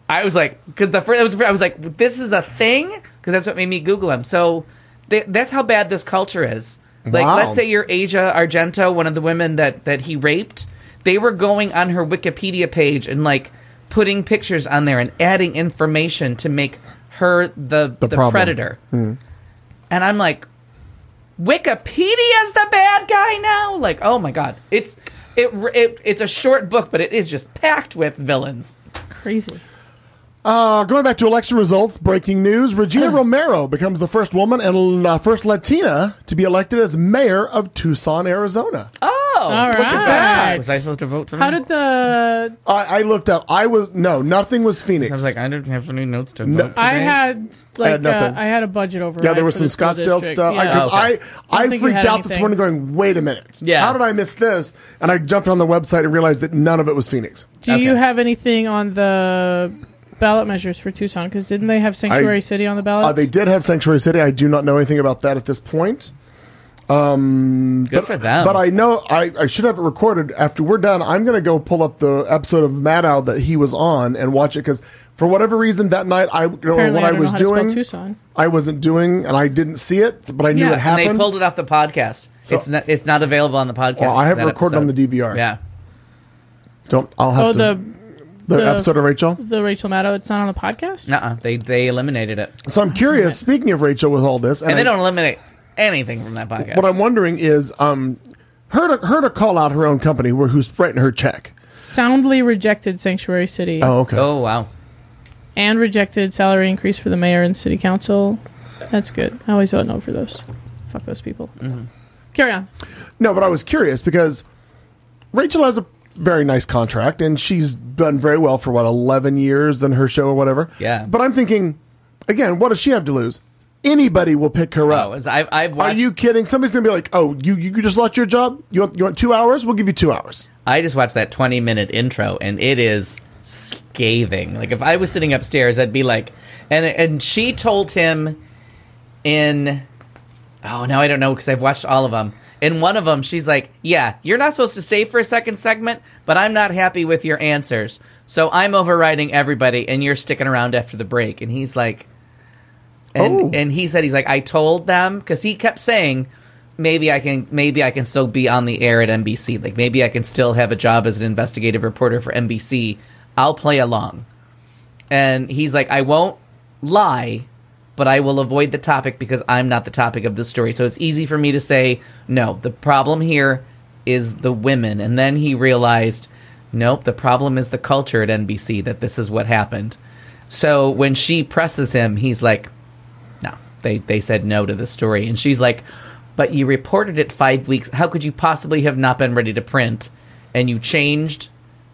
Speaker 2: I was like, because the first, was, I was like, this is a thing, because that's what made me Google him. So th- that's how bad this culture is. Like,
Speaker 3: Wow.
Speaker 2: let's say you're Asia Argento, one of the women that that he raped. They were going on her Wikipedia page and like putting pictures on there and adding information to make her the the,
Speaker 3: problem. Hmm.
Speaker 2: predator. And I'm like, Wikipedia's the bad guy now. Like, oh my god, it's it, it it's a short book, but it is just packed with villains.
Speaker 4: Crazy.
Speaker 3: Uh, going back to election results, breaking news: Regina Romero becomes the first woman and uh, first Latina to be elected as mayor of Tucson, Arizona.
Speaker 2: Oh,
Speaker 4: All right.
Speaker 3: that.
Speaker 2: Was I supposed to vote for
Speaker 4: How
Speaker 2: them?
Speaker 4: did the
Speaker 3: I, I looked up. I was no, nothing was Phoenix.
Speaker 2: I was like, I didn't have any notes to vote. today.
Speaker 4: I had like
Speaker 3: I
Speaker 4: I
Speaker 3: had
Speaker 4: had,
Speaker 3: nothing.
Speaker 4: uh, I had a budget over.
Speaker 3: yeah, there was some Scottsdale stuff.
Speaker 4: Yeah.
Speaker 3: Because
Speaker 2: Oh, okay.
Speaker 3: I, I,
Speaker 4: think we
Speaker 3: freaked
Speaker 4: had
Speaker 3: out this
Speaker 4: anything.
Speaker 3: morning, going, "Wait a minute,
Speaker 2: Yeah.
Speaker 3: how did I miss this?" And I jumped on the website and realized that none of it was Phoenix.
Speaker 4: Do you
Speaker 2: Okay.
Speaker 4: have anything on the ballot measures for Tucson? Because didn't they have Sanctuary
Speaker 3: I-
Speaker 4: City on the
Speaker 3: Uh,
Speaker 4: ballot?
Speaker 3: they did have Sanctuary City. I do not know anything about that at this point.
Speaker 2: Good for them.
Speaker 4: Oh.
Speaker 3: But I know I, I should have it recorded after we're done. I'm going to go pull up the episode of Maddow that he was on and watch it because for whatever reason that night I don't know
Speaker 4: Apparently,
Speaker 3: what
Speaker 4: I
Speaker 3: I,
Speaker 4: don't
Speaker 3: was
Speaker 4: know how to spell
Speaker 3: doing.
Speaker 4: Tucson.
Speaker 3: I wasn't doing and I didn't see it, but I knew
Speaker 2: yeah,
Speaker 3: it happened.
Speaker 2: and they pulled it off the podcast. it's not, it's not available on the podcast.
Speaker 3: Well, I have
Speaker 2: that
Speaker 3: it recorded on
Speaker 2: episode.
Speaker 3: the DVR.
Speaker 2: Yeah,
Speaker 3: Don't I'll have
Speaker 4: Oh,
Speaker 3: to
Speaker 4: the
Speaker 3: the,
Speaker 4: the-
Speaker 3: episode of Rachel.
Speaker 4: the Rachel Maddow. It's not on the podcast.
Speaker 2: uh they they eliminated it,
Speaker 3: So
Speaker 4: Oh,
Speaker 3: I'm curious. Speaking of Rachel, with all this,
Speaker 2: and they
Speaker 3: I-
Speaker 2: don't eliminate anything from that podcast.
Speaker 3: What I'm wondering is, um, her to, her to call out her own company where who's writing her check.
Speaker 4: Soundly rejected Sanctuary City
Speaker 3: Oh, okay.
Speaker 2: oh wow,
Speaker 4: and rejected salary increase for the mayor and city council. That's good. I always vote no for those. Fuck those people. Carry on.
Speaker 3: No, but I was curious because Rachel has a very nice contract and she's done very well for what 11 years in her show or whatever.
Speaker 2: Yeah.
Speaker 3: But I'm thinking again, what does she have to lose? Anybody will pick her
Speaker 2: oh,
Speaker 3: up.
Speaker 2: is- I I
Speaker 3: Are
Speaker 2: watched,
Speaker 3: you kidding? Somebody's going to be like, "Oh, you you just lost your job? You want you want 2 hours? We'll give you 2 hours."
Speaker 2: I just watched that 20 minute intro, and it is scathing. Like if I was sitting upstairs, I'd be like, and and she told him in oh now I don't know because I've watched all of them. In one of them, she's like, "Yeah, you're not supposed to stay for a second segment, but I'm not happy with your answers, so I'm overriding everybody, and you're sticking around after the break." And he's like, and
Speaker 3: Oh.
Speaker 2: and he said he's like, "I told them because he kept saying." Maybe I can. Maybe I can still be on the air at NBC. Like maybe I can still have a job as an investigative reporter for NBC. I'll play along and he's like, I won't lie, but I will avoid the topic because I'm not the topic of the story. So it's easy for me to say, no, the problem here is the women. And then he realized, nope, the problem is the culture at NBC that this is what happened. So when she presses him, he's like, no, they, they said no to the story. And she's like, but you reported it five weeks. How could you possibly have not been ready to print? And you changed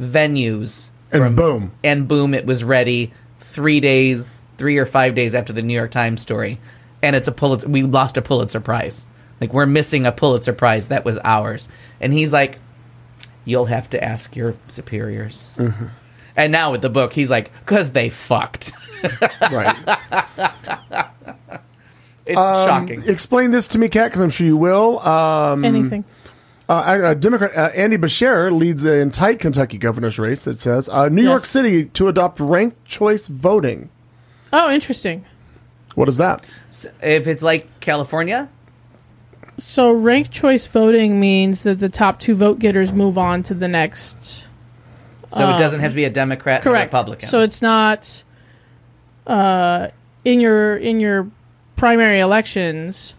Speaker 2: venues.
Speaker 3: And boom.
Speaker 2: And boom, it was ready three days, three or five days after the New York Times story. And it's a Pulitzer. We lost a Pulitzer Prize. Like, we're missing a Pulitzer Prize. That was ours. And he's like, You'll have to ask your superiors.
Speaker 4: Mm-hmm.
Speaker 2: And now with the book, he's like, Because they fucked.
Speaker 3: Right.
Speaker 2: It's shocking.
Speaker 4: Um,
Speaker 3: Explain this to me, Kat, because I'm sure you will. Um,
Speaker 4: Anything.
Speaker 3: Uh, uh, Democrat uh, Andy Beshear leads in tight Kentucky governor's race that says uh, New York
Speaker 4: Yes.
Speaker 3: City to adopt ranked choice voting.
Speaker 4: Oh, interesting.
Speaker 3: What is that?
Speaker 2: If it's like California,
Speaker 4: So ranked choice voting means that the top two vote getters move on to the next.
Speaker 2: so it doesn't have to be a Democrat or
Speaker 4: Uh, Correct.
Speaker 2: Republican.
Speaker 4: So it's not uh, in your in your primary elections.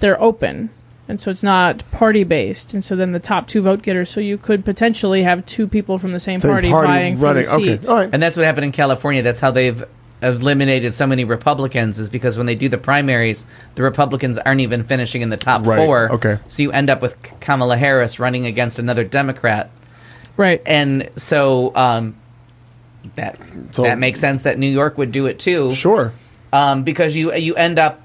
Speaker 4: They're open, and so it's not party based. And so then the top two vote getters. So you could potentially have two people from the same,
Speaker 3: Same
Speaker 4: party, vying for the seat.
Speaker 3: Okay, all right.
Speaker 2: and that's what happened in California. That's how they've eliminated so many Republicans is because when they do the primaries, the Republicans aren't even finishing in the top
Speaker 3: Right.
Speaker 2: four.
Speaker 3: Okay.
Speaker 2: So you end up with Kamala Harris running against another Democrat.
Speaker 4: Right.
Speaker 2: And so um, that
Speaker 3: So-
Speaker 2: that makes sense that New York would do it too.
Speaker 3: Sure.
Speaker 2: um, because you you end up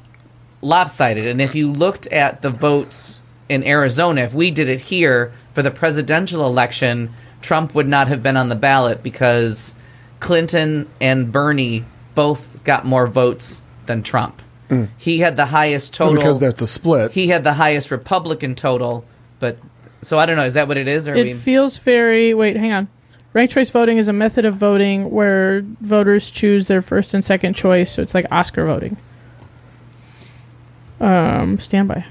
Speaker 2: lopsided. And if you looked at the votes in Arizona, if we did it here for the presidential election, Trump would not have been on the ballot because Clinton and Bernie both got more votes than Trump. He had the highest total
Speaker 3: Mm. because that's a split.
Speaker 2: He had the highest Republican total, but so I don't know. Is that what it is? Or
Speaker 4: It
Speaker 2: we,
Speaker 4: feels very. Wait, hang on. Ranked choice voting is a method of voting where voters choose their first and second choice, so it's like Oscar voting. Um, standby.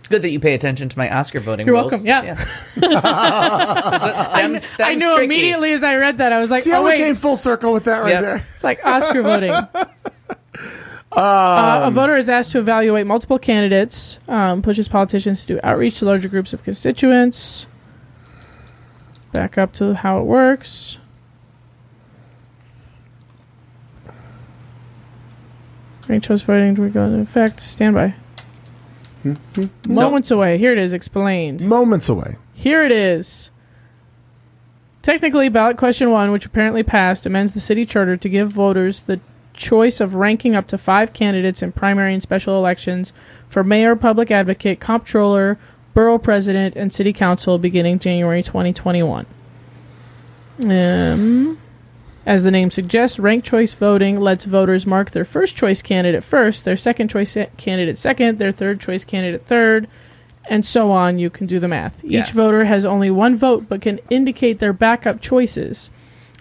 Speaker 2: it's good that you pay attention to my Oscar voting.
Speaker 4: You're
Speaker 2: rules.
Speaker 4: welcome, yeah.
Speaker 2: I, knew,
Speaker 4: I knew immediately as I read that. I was like,
Speaker 3: See how
Speaker 4: oh
Speaker 3: we
Speaker 4: wait,
Speaker 3: came full circle with that right
Speaker 2: Yep.
Speaker 3: there.
Speaker 4: it's like Oscar voting. Uh, a voter is asked to evaluate multiple candidates, um, pushes politicians to do outreach to larger groups of constituents. Back up to how it works. Ranked choice voting we go into effect. Standby. Moments away. Here it is. Explained.
Speaker 3: Moments away.
Speaker 4: Here it is. Technically, ballot question one, which apparently passed, amends the city charter to give voters the choice of ranking up to five candidates in primary and special elections for mayor, public advocate, comptroller, borough president, and city council beginning January 2021. Um, as the name suggests, ranked choice voting lets voters mark their first choice candidate first, their second choice candidate second, their third choice candidate third, and so on. You can do the math.
Speaker 2: Yeah.
Speaker 4: Each voter has only one vote, but can indicate their backup choices.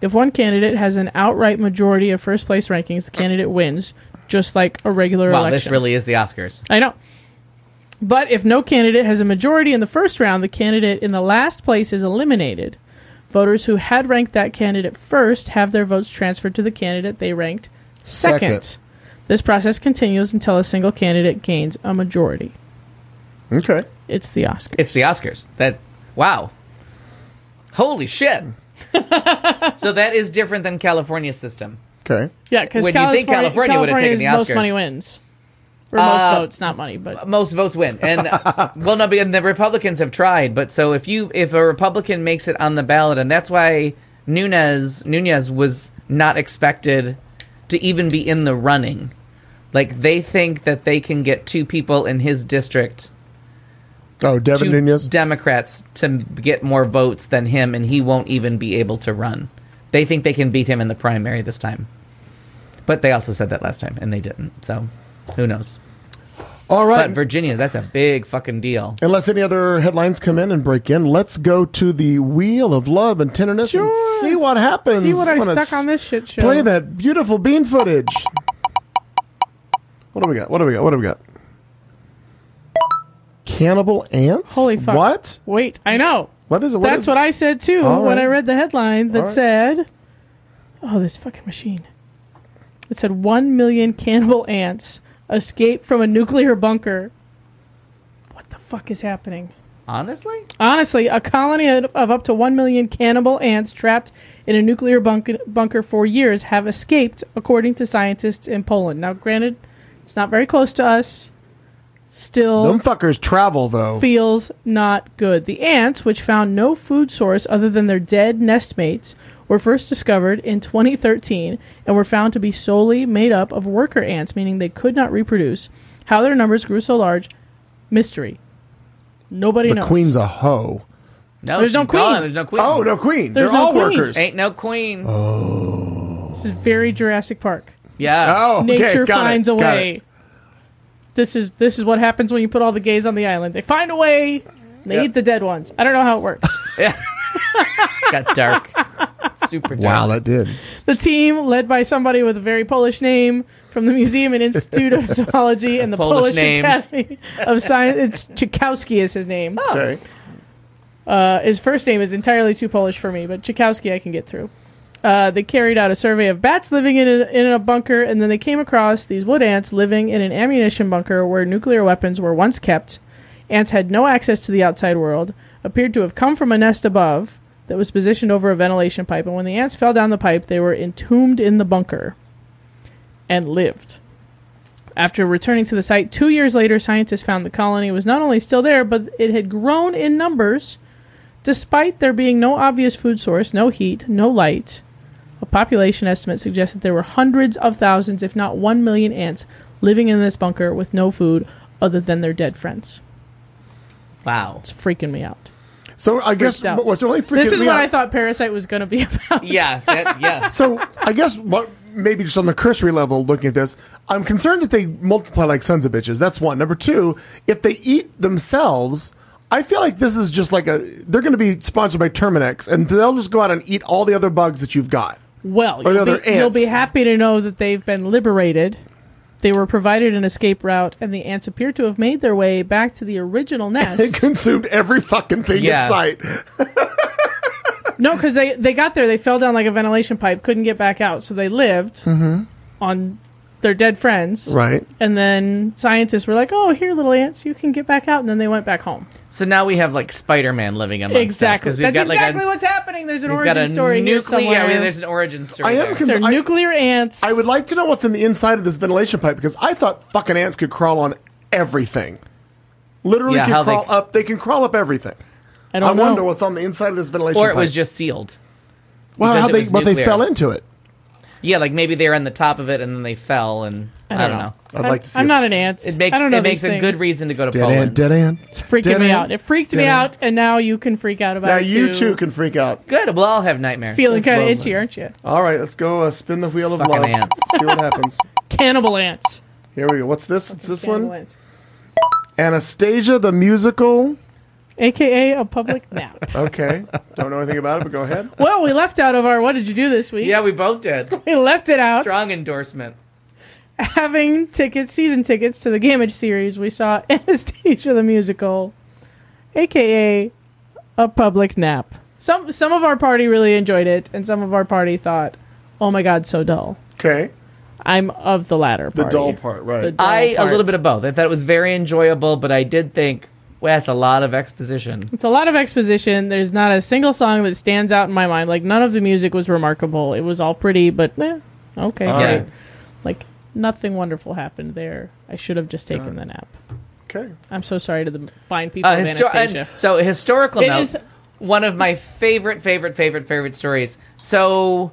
Speaker 4: If one candidate has an outright majority of first place rankings, the candidate wins, just like a regular
Speaker 2: Wow,
Speaker 4: election.
Speaker 2: this really is the Oscars.
Speaker 4: I know. But if no candidate has a majority in the first round, the candidate in the last place is eliminated. Voters who had ranked that candidate first have their votes transferred to the candidate they ranked second.
Speaker 3: Second.
Speaker 4: This process continues until a single candidate gains a majority.
Speaker 3: Okay.
Speaker 4: It's the Oscars.
Speaker 2: It's the Oscars. That wow. Holy shit. so that is different than California's system.
Speaker 3: Okay.
Speaker 4: yeah, because
Speaker 2: when you
Speaker 4: California,
Speaker 2: think California would've taken
Speaker 4: is
Speaker 2: the
Speaker 4: most
Speaker 2: Oscars. Uh,
Speaker 4: money wins, or most votes, not money, but
Speaker 2: Most votes win. And well no and the Republicans have tried, but so if you if a Republican makes it on the ballot and that's why Nunes Nunez was not expected to even be in the running. Like they think that they can get two people in his district
Speaker 3: Oh, Devin
Speaker 2: two
Speaker 3: Nunez.
Speaker 2: Democrats to m- get more votes than him, and he won't even be able to run. They think they can beat him in the primary this time, but they also said that last time, and they didn't. So, who knows?
Speaker 3: All right.
Speaker 2: But Virginia, that's a big fucking deal.
Speaker 3: Unless any other headlines come in and break in, let's go to the Wheel of Love and Tenderness
Speaker 4: Sure.
Speaker 3: and see what happens.
Speaker 4: see what I
Speaker 3: when a
Speaker 4: stuck on this shit show.
Speaker 3: Play that beautiful bean footage. What do we got? What do we got? What do we got? Cannibal ants?
Speaker 4: Holy fuck!
Speaker 3: What?
Speaker 4: Wait, I know.
Speaker 3: What is it?
Speaker 4: That's what I said too
Speaker 3: All
Speaker 4: when
Speaker 3: right.
Speaker 4: I read the headline that
Speaker 3: All right.
Speaker 4: said, "Oh, this fucking machine." It said one million cannibal ants escape from a nuclear bunker. What the fuck is happening?
Speaker 2: Honestly,
Speaker 4: Honestly, a colony of of up to 1 million cannibal ants trapped in a nuclear bunker, bunker for years have escaped, according to scientists in Poland. Now, granted, it's not very close to us. Still,
Speaker 3: Them fuckers travel, though.
Speaker 4: feels not good. The ants, which found no food source other than their dead nestmates, were first discovered in 2013 and were found to be solely made up of worker ants, meaning they could not reproduce. How their numbers grew so large, mystery. Nobody
Speaker 3: the
Speaker 4: knows.
Speaker 3: queen's a hoe.
Speaker 2: no,
Speaker 4: There's no
Speaker 2: she's gone.
Speaker 4: queen.
Speaker 2: There's no queen.
Speaker 3: Oh, no, queen.
Speaker 4: There's
Speaker 3: They're
Speaker 4: Oh. no
Speaker 3: all
Speaker 4: queen.
Speaker 3: workers.
Speaker 2: ain't no queen.
Speaker 4: this is very Jurassic Park.
Speaker 2: Yeah,
Speaker 3: Oh, okay,
Speaker 4: Nature
Speaker 3: got it,
Speaker 4: finds a
Speaker 3: got
Speaker 4: way.
Speaker 3: it.
Speaker 4: This is this is what happens when you put all the gays on the island. They find a way They
Speaker 2: Yeah.
Speaker 4: eat the dead ones. I don't know how it works.
Speaker 2: Got dark. Super dark.
Speaker 3: Wow, that did.
Speaker 4: the team, led by somebody with a very Polish name from the Museum and Institute of Zoology and the
Speaker 2: Polish
Speaker 4: Polish,
Speaker 2: names.
Speaker 4: Academy of Science. It's Tchaikovsky is his name.
Speaker 3: Okay.
Speaker 4: Uh, his first name is entirely too Polish for me, but Tchaikovsky I can get through. Uh, they carried out a survey of bats living in a, in a bunker, and then they came across these wood ants living in an ammunition bunker where nuclear weapons were once kept. Ants had no access to the outside world, appeared to have come from a nest above that was positioned over a ventilation pipe, and when the ants fell down the pipe, they were entombed in the bunker and lived. After returning to the site two years later, scientists found the colony was not only still there, but it had grown in numbers Despite there being no obvious food source, no heat, no light, a population estimate suggests that there were hundreds of thousands, if not one million ants, living in this bunker with no food other than their dead friends.
Speaker 2: Wow.
Speaker 4: It's freaking me out.
Speaker 3: So I guess
Speaker 4: Freaked out.
Speaker 3: but what's really freaking
Speaker 4: This is
Speaker 3: me
Speaker 4: what
Speaker 3: out-
Speaker 4: I thought Parasite was going to be about.
Speaker 2: Yeah. That, yeah.
Speaker 3: So I guess what maybe just on the cursory level looking at this, I'm concerned that they multiply like sons of bitches. That's one. Number two, if they eat themselves, I feel like this is just like a they're going to be sponsored by Terminex, and they'll just go out and eat all the other bugs that you've got.
Speaker 4: Well,
Speaker 3: Or the
Speaker 4: you'll
Speaker 3: other
Speaker 4: be, you'll
Speaker 3: ants.
Speaker 4: be happy to know that they've been liberated. They were provided an escape route, and the ants appear to have made their way back to the original
Speaker 3: They
Speaker 4: nest.
Speaker 3: consumed every fucking thing
Speaker 2: Yeah.
Speaker 3: in sight.
Speaker 4: No, because they they got there, they fell down like a ventilation pipe, couldn't get back out, so they lived on their dead friends.
Speaker 3: Mm-hmm. Right.
Speaker 4: And then scientists were like, "Oh, here, little ants, you can get back out." And then they went back home.
Speaker 2: So now we have like Spider-Man living amongst
Speaker 4: Exactly.
Speaker 2: us, 'cause
Speaker 4: That's
Speaker 2: got, like, a-
Speaker 4: exactly what's happening. There's an
Speaker 2: we've got
Speaker 4: origin
Speaker 2: a
Speaker 4: story here
Speaker 2: nuclear.
Speaker 4: somewhere.
Speaker 2: Yeah, we- there's an origin story.
Speaker 3: I am
Speaker 2: there.
Speaker 3: con-
Speaker 4: They're
Speaker 3: I-
Speaker 4: nuclear ants.
Speaker 3: I would like to know what's in the inside of this ventilation pipe because I thought fucking ants could crawl on everything. Literally,
Speaker 2: Yeah, how
Speaker 3: can
Speaker 2: they-
Speaker 3: crawl up. They can crawl up everything.
Speaker 4: I
Speaker 3: I
Speaker 4: don't know.
Speaker 3: wonder what's on the inside of this ventilation.
Speaker 2: or it
Speaker 3: pipe.
Speaker 2: was just sealed.
Speaker 3: well,
Speaker 2: because
Speaker 3: how
Speaker 2: it
Speaker 3: they
Speaker 2: was
Speaker 3: but they
Speaker 2: nuclear.
Speaker 3: fell into it.
Speaker 2: Yeah, like maybe they were on the top of it and then they fell, and I don't, know.
Speaker 3: I'd like to see
Speaker 4: I'm
Speaker 3: it.
Speaker 4: not an ant.
Speaker 2: It makes
Speaker 4: I don't know
Speaker 2: it makes
Speaker 4: these
Speaker 2: a good
Speaker 4: things.
Speaker 2: reason to go to
Speaker 3: Dead
Speaker 2: Poland.
Speaker 3: end, dead end.
Speaker 4: It's freaking
Speaker 3: Dead
Speaker 4: me
Speaker 3: end.
Speaker 4: out. It freaked me
Speaker 3: Dead
Speaker 4: out, and now you can freak out about
Speaker 3: Now
Speaker 4: it
Speaker 3: you too can freak out.
Speaker 2: Good. We'll all have nightmares.
Speaker 4: Feeling
Speaker 3: That's
Speaker 4: kind of
Speaker 3: lovely.
Speaker 4: itchy, aren't you?
Speaker 3: All right, let's go uh, spin the wheel of
Speaker 2: Fucking
Speaker 3: love.
Speaker 2: ants.
Speaker 3: See what happens.
Speaker 4: Cannibal ants.
Speaker 3: Here we go. What's this? What's this
Speaker 4: Cannibal
Speaker 3: one?
Speaker 4: ants.
Speaker 3: Anastasia the musical.
Speaker 4: AKA a public nap.
Speaker 3: Okay, don't know anything about it, but go ahead.
Speaker 4: Well, we left out of our what did you do this week?
Speaker 2: Yeah, we both did.
Speaker 4: We left it out.
Speaker 2: Strong endorsement.
Speaker 4: Having tickets, season tickets to the Gamage series, we saw Anastasia the Musical, aka a public nap. Some some of our party really enjoyed it, and some of our party thought, "Oh my god, so dull."
Speaker 3: Okay,
Speaker 4: I'm of the latter.
Speaker 3: the
Speaker 4: Party.
Speaker 3: doll part, right?
Speaker 4: The-
Speaker 2: I a
Speaker 4: parts.
Speaker 2: little bit of both. I thought it was very enjoyable, but I did think well, that's a lot of exposition.
Speaker 4: It's a lot of exposition. There's not a single song that stands out in my mind. Like none of the music was remarkable. It was all pretty, but eh, okay,
Speaker 3: All
Speaker 4: great.
Speaker 3: right.
Speaker 4: Like nothing wonderful happened there. I should have just taken the nap.
Speaker 3: okay,
Speaker 4: I'm so sorry to the fine people
Speaker 2: Uh,
Speaker 4: of
Speaker 2: histo-
Speaker 4: Anastasia.
Speaker 2: and so a historical
Speaker 4: It
Speaker 2: note.
Speaker 4: is-
Speaker 2: One of my favorite, favorite, favorite, favorite stories. So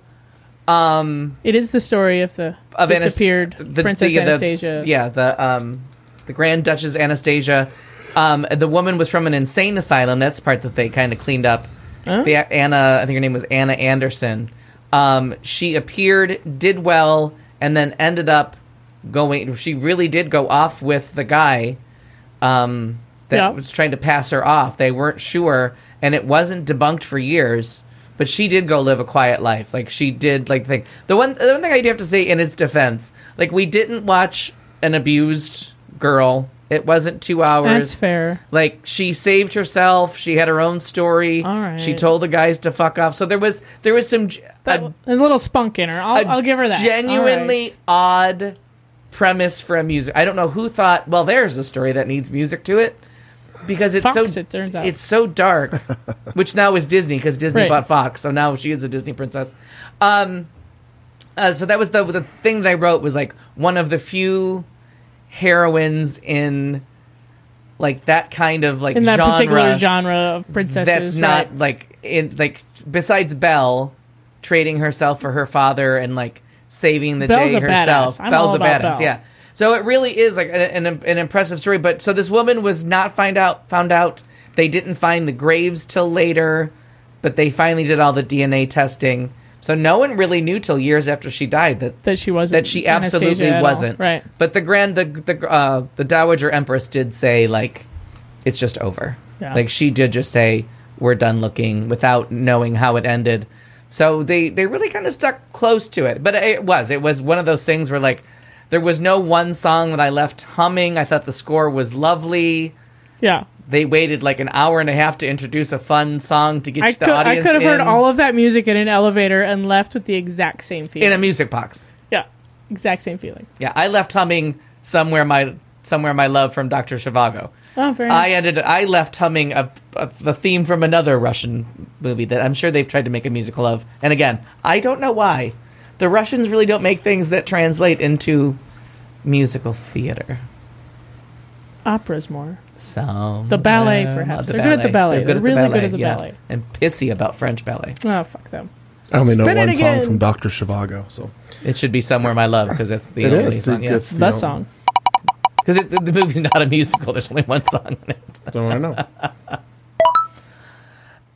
Speaker 4: It is the story of the
Speaker 2: of Anas-
Speaker 4: disappeared
Speaker 2: the-
Speaker 4: Princess
Speaker 2: the- the-
Speaker 4: Anastasia.
Speaker 2: yeah, the um, the Grand Duchess Anastasia. Um, the woman was from an insane asylum. That's the part that they kind of cleaned up. The Anna, I think her name was Anna Anderson. Um, she appeared, did well, and then ended up going. She really did go off with the guy um, that
Speaker 4: Yeah.
Speaker 2: was trying to pass her off. They weren't sure, and it wasn't debunked for years. But she did go live a quiet life. Like she did, like thing. The one, the one thing I do have to say in its defense, like we didn't watch an abused girl. It wasn't two hours.
Speaker 4: That's fair.
Speaker 2: Like she saved herself. She had her own story.
Speaker 4: All right.
Speaker 2: She told the guys to fuck off. So there was there was some. g-
Speaker 4: That-
Speaker 2: a-
Speaker 4: there's a little spunk in her. I'll,
Speaker 2: a
Speaker 4: I'll give her that. All right.
Speaker 2: Genuinely odd premise for a music. I don't know who thought. Well, there's a story that needs music to it because it's
Speaker 4: Fox,
Speaker 2: so
Speaker 4: it turns out.
Speaker 2: it's so dark, which now is Disney because Disney
Speaker 4: Right.
Speaker 2: bought Fox, so now she is a Disney princess. Um, uh, so that was the the thing that I wrote was like one of the few heroines in like that kind of like
Speaker 4: in that
Speaker 2: genre
Speaker 4: particular genre of princesses.
Speaker 2: that's not
Speaker 4: right.
Speaker 2: like in like besides Belle trading herself for her father and like saving the
Speaker 4: Belle's
Speaker 2: day
Speaker 4: a
Speaker 2: herself.
Speaker 4: badass. I'm all about Belle.
Speaker 2: yeah. So it really is like an, an, an impressive story. But so this woman was not find out found out. They didn't find the graves till later, but they finally did all the DNA testing. So no one really knew till years after she died that
Speaker 4: that she wasn't.
Speaker 2: that she
Speaker 4: Anastasia
Speaker 2: absolutely
Speaker 4: at all.
Speaker 2: wasn't.
Speaker 4: Right.
Speaker 2: But the grand the the uh, the Dowager Empress did say like it's just over.
Speaker 4: Yeah.
Speaker 2: Like she did just say, "We're done looking," without knowing how it ended. So they they really kind of stuck close to it. But it was it was one of those things where like there was no one song that I left humming. I thought the score was lovely.
Speaker 4: Yeah.
Speaker 2: They waited like an hour and a half to introduce a fun song to get
Speaker 4: I
Speaker 2: you the
Speaker 4: could, I
Speaker 2: audience.
Speaker 4: could have heard
Speaker 2: in-
Speaker 4: all of that music in an elevator and left with the exact same feeling.
Speaker 2: in a music box.
Speaker 4: yeah, exact same feeling.
Speaker 2: Yeah, I left humming somewhere my somewhere my love from Doctor Shivago.
Speaker 4: Oh, very
Speaker 2: I
Speaker 4: nice.
Speaker 2: ended. I left humming a, a the theme from another Russian movie that I'm sure they've tried to make a musical of. And again, I don't know why. The Russians really don't make things that translate into musical theater.
Speaker 4: Opera's more.
Speaker 2: So
Speaker 4: The ballet, perhaps. They're good at the ballet. They're really good at the ballet.
Speaker 2: And pissy about French ballet.
Speaker 4: Oh, fuck them.
Speaker 3: I only know
Speaker 4: Spin it
Speaker 3: one song
Speaker 4: again.
Speaker 3: from Doctor Shivago, so
Speaker 2: It should be somewhere my love because that's the
Speaker 3: it
Speaker 2: only
Speaker 3: is.
Speaker 2: song.
Speaker 3: It's
Speaker 4: The song.
Speaker 2: because the, the movie's not a musical. There's only one song in it.
Speaker 3: Don't I know?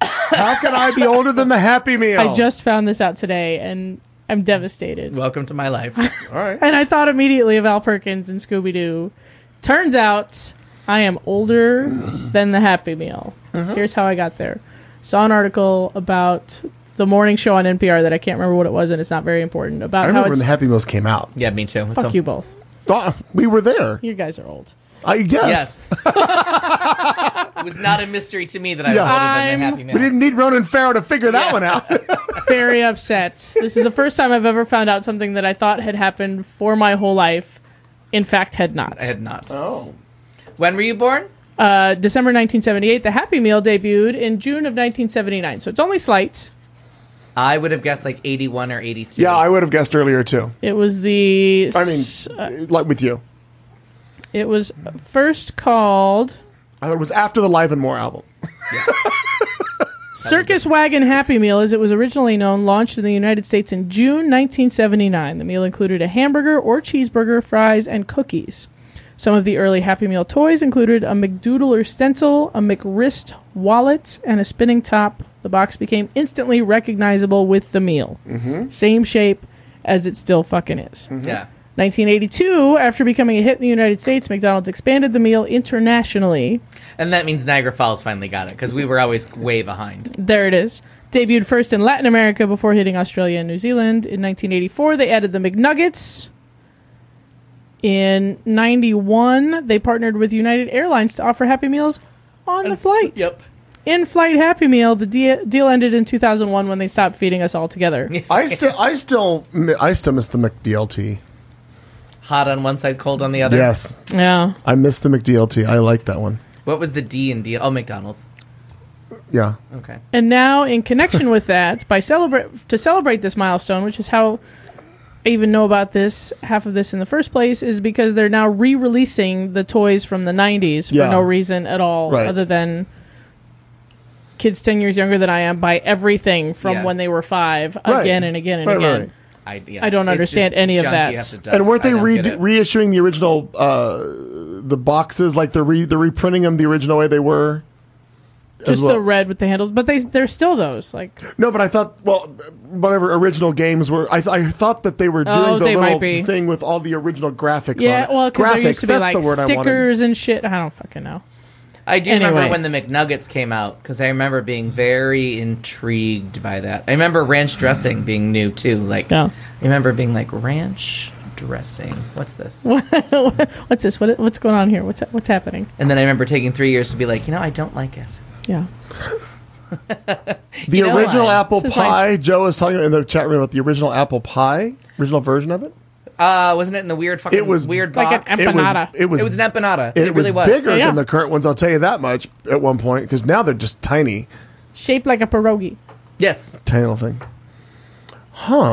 Speaker 3: How can I be older than the Happy Meal?
Speaker 2: Oh.
Speaker 4: I just found this out today and I'm devastated.
Speaker 2: Welcome to my life.
Speaker 3: all right.
Speaker 4: And I thought immediately of Al Perkins and Scooby Doo. Turns out I am older than the Happy Meal.
Speaker 3: Uh-huh.
Speaker 4: Here's how I got there. Saw an article about the morning show on NPR that I can't remember what it was and it's not very important
Speaker 3: I
Speaker 4: about how
Speaker 3: remember when
Speaker 4: it's
Speaker 3: the Happy Meals came out.
Speaker 2: Yeah, me too.
Speaker 4: fuck you both.
Speaker 3: Thought- We were there.
Speaker 4: You guys are old.
Speaker 3: I guess.
Speaker 2: Yes. it was not a mystery to me that I
Speaker 3: Yeah.
Speaker 2: was older than the
Speaker 4: I'm-
Speaker 2: Happy Man.
Speaker 3: We didn't need Ronan Farrow to figure that one out.
Speaker 4: Very upset. This is the first time I've ever found out something that I thought had happened for my whole life. In fact, had not.
Speaker 2: I had not. Oh. When were you born?
Speaker 4: Uh, December 1978, the Happy Meal debuted in June of 1979. So it's only slight.
Speaker 2: I would have guessed like 81 or 82.
Speaker 3: yeah, I would have guessed earlier too.
Speaker 4: It was the
Speaker 3: I mean, like with you.
Speaker 4: it was first called
Speaker 3: I thought it was after the Live and More album.
Speaker 4: Circus Wagon Happy Meal, as it was originally known, launched in the United States in June 1979. The meal included a hamburger or cheeseburger, fries, and cookies. Some of the early Happy Meal toys included a McDoodler stencil, a McWrist wallet, and a spinning top. The box became instantly recognizable with the meal. Same shape as it still fucking is.
Speaker 2: Yeah.
Speaker 4: 1982, after becoming a hit in the United States, McDonald's expanded the meal internationally.
Speaker 2: And that means Niagara Falls finally got it because we were always way behind.
Speaker 4: There it is. Debuted first in Latin America before hitting Australia and New Zealand. In 1984, they added the McNuggets. In 91, they partnered with United Airlines to offer Happy Meals on the flight. In flight Happy Meal, the de- deal ended in 2001 when they stopped feeding us all together.
Speaker 3: I still, I still, mi- I still miss the McDLT.
Speaker 2: Hot on one side, cold on the other.
Speaker 3: Yes,
Speaker 4: yeah.
Speaker 3: I miss the McDLT. I like that one.
Speaker 2: What was the D and D? Oh, McDonald's.
Speaker 3: Yeah.
Speaker 2: Okay.
Speaker 4: And now, in connection with that, by celebrate to celebrate this milestone, which is how I even know about this half of this in the first place, is because they're now re-releasing the toys from the '90s for
Speaker 3: Yeah.
Speaker 4: no reason at all,
Speaker 3: Right.
Speaker 4: other than kids ten years younger than I am buy everything from
Speaker 2: Yeah.
Speaker 4: when they were five
Speaker 3: Right.
Speaker 4: again and again and
Speaker 3: Right,
Speaker 4: again.
Speaker 3: right.
Speaker 2: I, yeah.
Speaker 4: I don't
Speaker 2: It's
Speaker 4: understand
Speaker 2: just
Speaker 4: any of
Speaker 2: junk
Speaker 4: that.
Speaker 2: you have to dust.
Speaker 3: And weren't
Speaker 2: I
Speaker 3: they
Speaker 2: don't
Speaker 3: re-
Speaker 2: get it.
Speaker 3: reissuing the original, uh, the boxes? Like they're re- they're reprinting them the original way they were. as
Speaker 4: Just
Speaker 3: well?
Speaker 4: the red with the handles, but they they're still those. Like
Speaker 3: No, but I thought, well, whatever original games were, I, th- I thought that they were doing
Speaker 4: Oh,
Speaker 3: the
Speaker 4: they might
Speaker 3: little
Speaker 4: be.
Speaker 3: thing with all the original graphics on
Speaker 4: yeah,
Speaker 3: it.
Speaker 4: well, because
Speaker 3: graphics,
Speaker 4: there used to be
Speaker 3: that's
Speaker 4: like
Speaker 3: the word I wanted.
Speaker 4: stickers and shit. I don't fucking know.
Speaker 2: I do
Speaker 4: Anyway.
Speaker 2: remember when the McNuggets came out because I remember being very intrigued by that. I remember ranch dressing being new too. Like,
Speaker 4: Yeah.
Speaker 2: I remember being like ranch dressing. What's this?
Speaker 4: What's this? What, what's going on here? What's what's happening?
Speaker 2: And then I remember taking three years to be like, you know, I don't like it.
Speaker 4: Yeah.
Speaker 3: The
Speaker 2: You know
Speaker 3: original
Speaker 2: what?
Speaker 3: apple
Speaker 4: This is
Speaker 3: pie. Joe was talking in the chat room about the original apple pie, original version of it.
Speaker 2: Uh, wasn't it in the weird fucking
Speaker 3: It was
Speaker 2: weird
Speaker 4: Like an
Speaker 2: box?
Speaker 4: em- Empanada.
Speaker 3: It was.
Speaker 2: it was an empanada. It,
Speaker 3: It,
Speaker 2: really was.
Speaker 3: was bigger
Speaker 4: Yeah.
Speaker 3: than the current ones. I'll tell you that much. At one point, because now they're just tiny,
Speaker 4: Shaped like a pierogi.
Speaker 2: Yes.
Speaker 3: tiny little thing.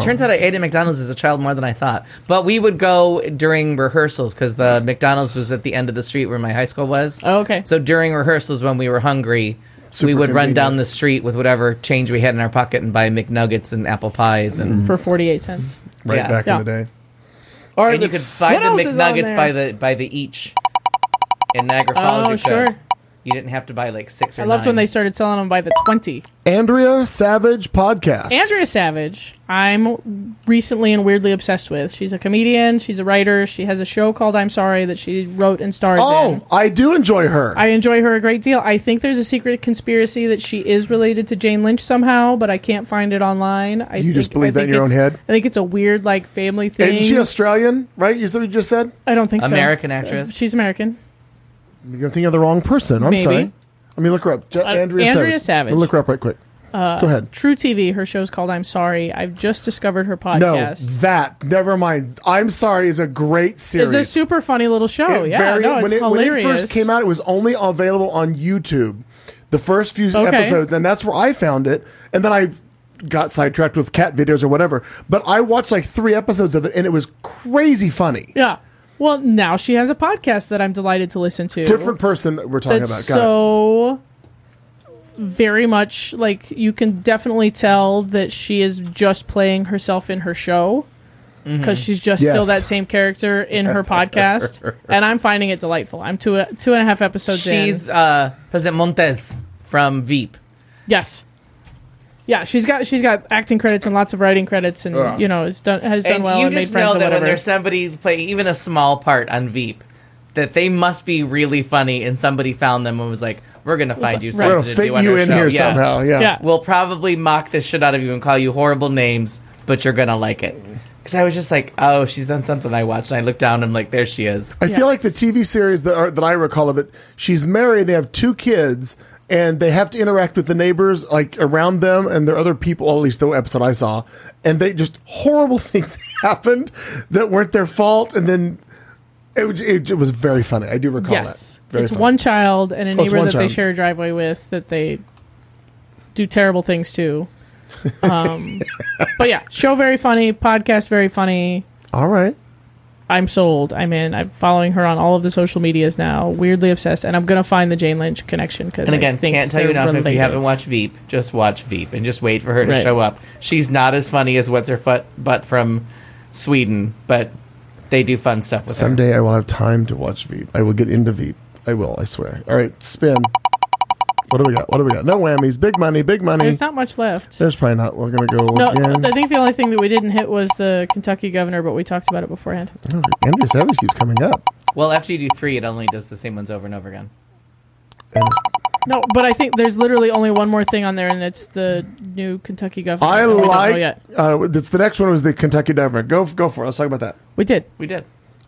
Speaker 2: Turns out I ate at McDonald's as a child more than I thought. But we would go during rehearsals because the McDonald's was at the end of the street where my high school was.
Speaker 4: Oh, okay.
Speaker 2: So during rehearsals, when we were hungry, we
Speaker 3: Super
Speaker 2: would run
Speaker 3: convenient.
Speaker 2: down the street with whatever change we had in our pocket and buy McNuggets and apple pies, and,
Speaker 4: for 48 cents.
Speaker 3: Right
Speaker 2: Yeah.
Speaker 3: back
Speaker 4: Yeah.
Speaker 3: in the day. All right,
Speaker 2: and you could
Speaker 3: let's-
Speaker 2: buy
Speaker 4: What else
Speaker 2: the
Speaker 4: Mm-hmm. is on
Speaker 2: McNuggets by
Speaker 4: there?
Speaker 2: the by the each in Niagara Falls.
Speaker 4: Oh,
Speaker 2: you
Speaker 4: sure.
Speaker 2: could. You didn't have to buy like six or
Speaker 4: I loved when they
Speaker 2: nine.
Speaker 4: started selling them by the 20.
Speaker 3: Andrea Savage podcast.
Speaker 4: Andrea Savage, I'm recently and weirdly obsessed with. She's a comedian, she's a writer, she has a show called I'm Sorry that she wrote and stars in.
Speaker 3: oh, I do enjoy her.
Speaker 4: I enjoy her a great deal. I think there's a secret conspiracy that she is related to Jane Lynch somehow, but I can't find it online. I
Speaker 3: You just
Speaker 4: think-
Speaker 3: believe
Speaker 4: I
Speaker 3: that in
Speaker 4: think
Speaker 3: your own
Speaker 4: it's-
Speaker 3: head?
Speaker 4: I think it's a weird like family thing.
Speaker 3: Isn't she Australian? Right? You said you just said.
Speaker 4: I don't think so.
Speaker 2: American actress.
Speaker 4: She's American.
Speaker 3: You're thinking of the wrong person. I'm
Speaker 4: Maybe. Uh,
Speaker 3: sorry. Let me look her up. J- Andrea,
Speaker 4: Andrea Savage. Uh,
Speaker 3: Let me look her up right quick. Go ahead.
Speaker 4: True TV. Her show's called I'm Sorry. I've just discovered her
Speaker 3: No,
Speaker 4: podcast.
Speaker 3: that. Never mind. I'm sorry. Is a great series.
Speaker 4: It's a super funny little show.
Speaker 3: It
Speaker 4: Oh, yeah,
Speaker 3: very-
Speaker 4: no, it's
Speaker 3: when, it, when
Speaker 4: hilarious.
Speaker 3: it first came out, it was only available on YouTube. The first few
Speaker 4: Okay.
Speaker 3: episodes, and that's where I found it. And then I got sidetracked with cat videos or whatever. But I watched like three episodes of it, and it was crazy funny.
Speaker 4: Yeah. Well, now she has a podcast that I'm delighted to listen to.
Speaker 3: Different person that we're talking
Speaker 4: that's
Speaker 3: about. Got it.
Speaker 4: so very much like you can definitely tell that she is just playing herself in her show because she's just still
Speaker 3: Mm-hmm. Yes.
Speaker 4: that same character in her podcast, and I'm finding it delightful. I'm two two and a half episodes in.
Speaker 2: She's uh, President Montes from Veep.
Speaker 4: Yes. Yeah, she's got she's got acting credits and lots of writing credits, and you know has done has done
Speaker 2: And
Speaker 4: well
Speaker 2: you
Speaker 4: and made
Speaker 2: just
Speaker 4: friends
Speaker 2: know
Speaker 4: and
Speaker 2: that when
Speaker 4: whatever.
Speaker 2: there's somebody playing even a small part on Veep, that they must be really funny, and somebody found them and was like, "We're gonna find you.
Speaker 4: We're
Speaker 3: We're
Speaker 2: something to
Speaker 3: gonna
Speaker 2: do
Speaker 3: fit
Speaker 2: on
Speaker 3: you
Speaker 2: our
Speaker 3: in
Speaker 2: show."
Speaker 3: here
Speaker 2: Yeah.
Speaker 3: somehow. Yeah.
Speaker 4: yeah,
Speaker 2: We'll probably mock the shit out of you and call you horrible names, but you're gonna like it. Because I was just like, "Oh, she's done something I watched," and I looked down and I'm like, "There she is."
Speaker 3: I
Speaker 4: Yeah.
Speaker 3: feel like the TV series that are, that I recall of it, she's married, they have two kids, and they have to interact with the neighbors like around them and their other people. Well, at least the episode I saw, and they just horrible things happened that weren't their fault, and then it, was- it, it was very funny. I do recall
Speaker 4: yes,
Speaker 3: that. Very
Speaker 4: it's
Speaker 3: funny.
Speaker 4: one child and a
Speaker 3: Oh, it's
Speaker 4: neighbor
Speaker 3: one
Speaker 4: that they
Speaker 3: child.
Speaker 4: share a driveway with that they do terrible things to. Um, but yeah, show very funny, podcast very funny.
Speaker 3: All right.
Speaker 4: I'm sold. I'm in. I'm following her on all of the social medias now. Weirdly obsessed, and I'm gonna find the Jane Lynch connection because
Speaker 2: And again, can't tell you enough if you haven't watched Veep, just watch Veep and just wait for her to
Speaker 4: Right.
Speaker 2: show up. She's not as funny as what's her foot butt from Sweden, but they do fun stuff with her.
Speaker 3: Someday I will have time to watch Veep. I will get into Veep. I will. I swear. All right. Spin. What do we got? What do we got? No whammies. Big money. Big money.
Speaker 4: There's not much left.
Speaker 3: There's probably not. We're gonna go
Speaker 4: No,
Speaker 3: again.
Speaker 4: I think the only thing that we didn't hit was the Kentucky governor, but we talked about it beforehand.
Speaker 3: Oh, Andrew Savage keeps coming up.
Speaker 2: Well, after you do three, it only does the same ones over and over again.
Speaker 3: And it's-
Speaker 4: No, but I think there's literally only one more thing on there, and it's the new Kentucky governor.
Speaker 3: I
Speaker 4: that we Don't know
Speaker 3: like.
Speaker 4: yet.
Speaker 3: Uh, it's the next one was the Kentucky Governor. Go f- go for it. Let's talk about that.
Speaker 4: We did.
Speaker 2: We did.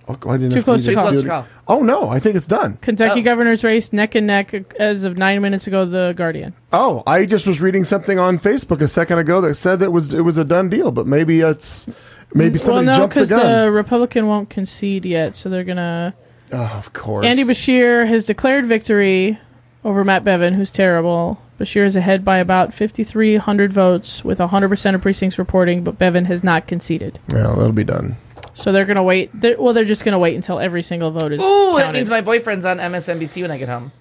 Speaker 3: Oh, I didn't
Speaker 4: Too
Speaker 3: know
Speaker 4: close
Speaker 3: if we
Speaker 4: to
Speaker 3: did
Speaker 4: call.
Speaker 3: do
Speaker 2: Too close to
Speaker 3: it. Oh no, I think it's done.
Speaker 4: Kentucky
Speaker 2: Oh.
Speaker 4: governor's race neck and neck as of nine minutes ago. The Guardian.
Speaker 3: Oh, I just was reading something on Facebook a second ago that said that was it was a done deal, but maybe it's maybe
Speaker 4: Mm, Well,
Speaker 3: somebody
Speaker 4: no, uh,
Speaker 3: jumped the
Speaker 4: because the,
Speaker 3: gun.
Speaker 4: Republican won't concede yet, so they're gonna.
Speaker 3: oh, of course,
Speaker 4: Andy Bashir has declared victory over Matt Bevin, who's terrible. Bashir is ahead by about 5,300 votes, with 100% of precincts reporting, but Bevin has not conceded.
Speaker 3: Well, that'll be done.
Speaker 4: So they're gonna wait. They're, well, they're just gonna wait until every single vote is
Speaker 2: Ooh, that
Speaker 4: counted.
Speaker 2: means my boyfriend's on MSNBC when I get home.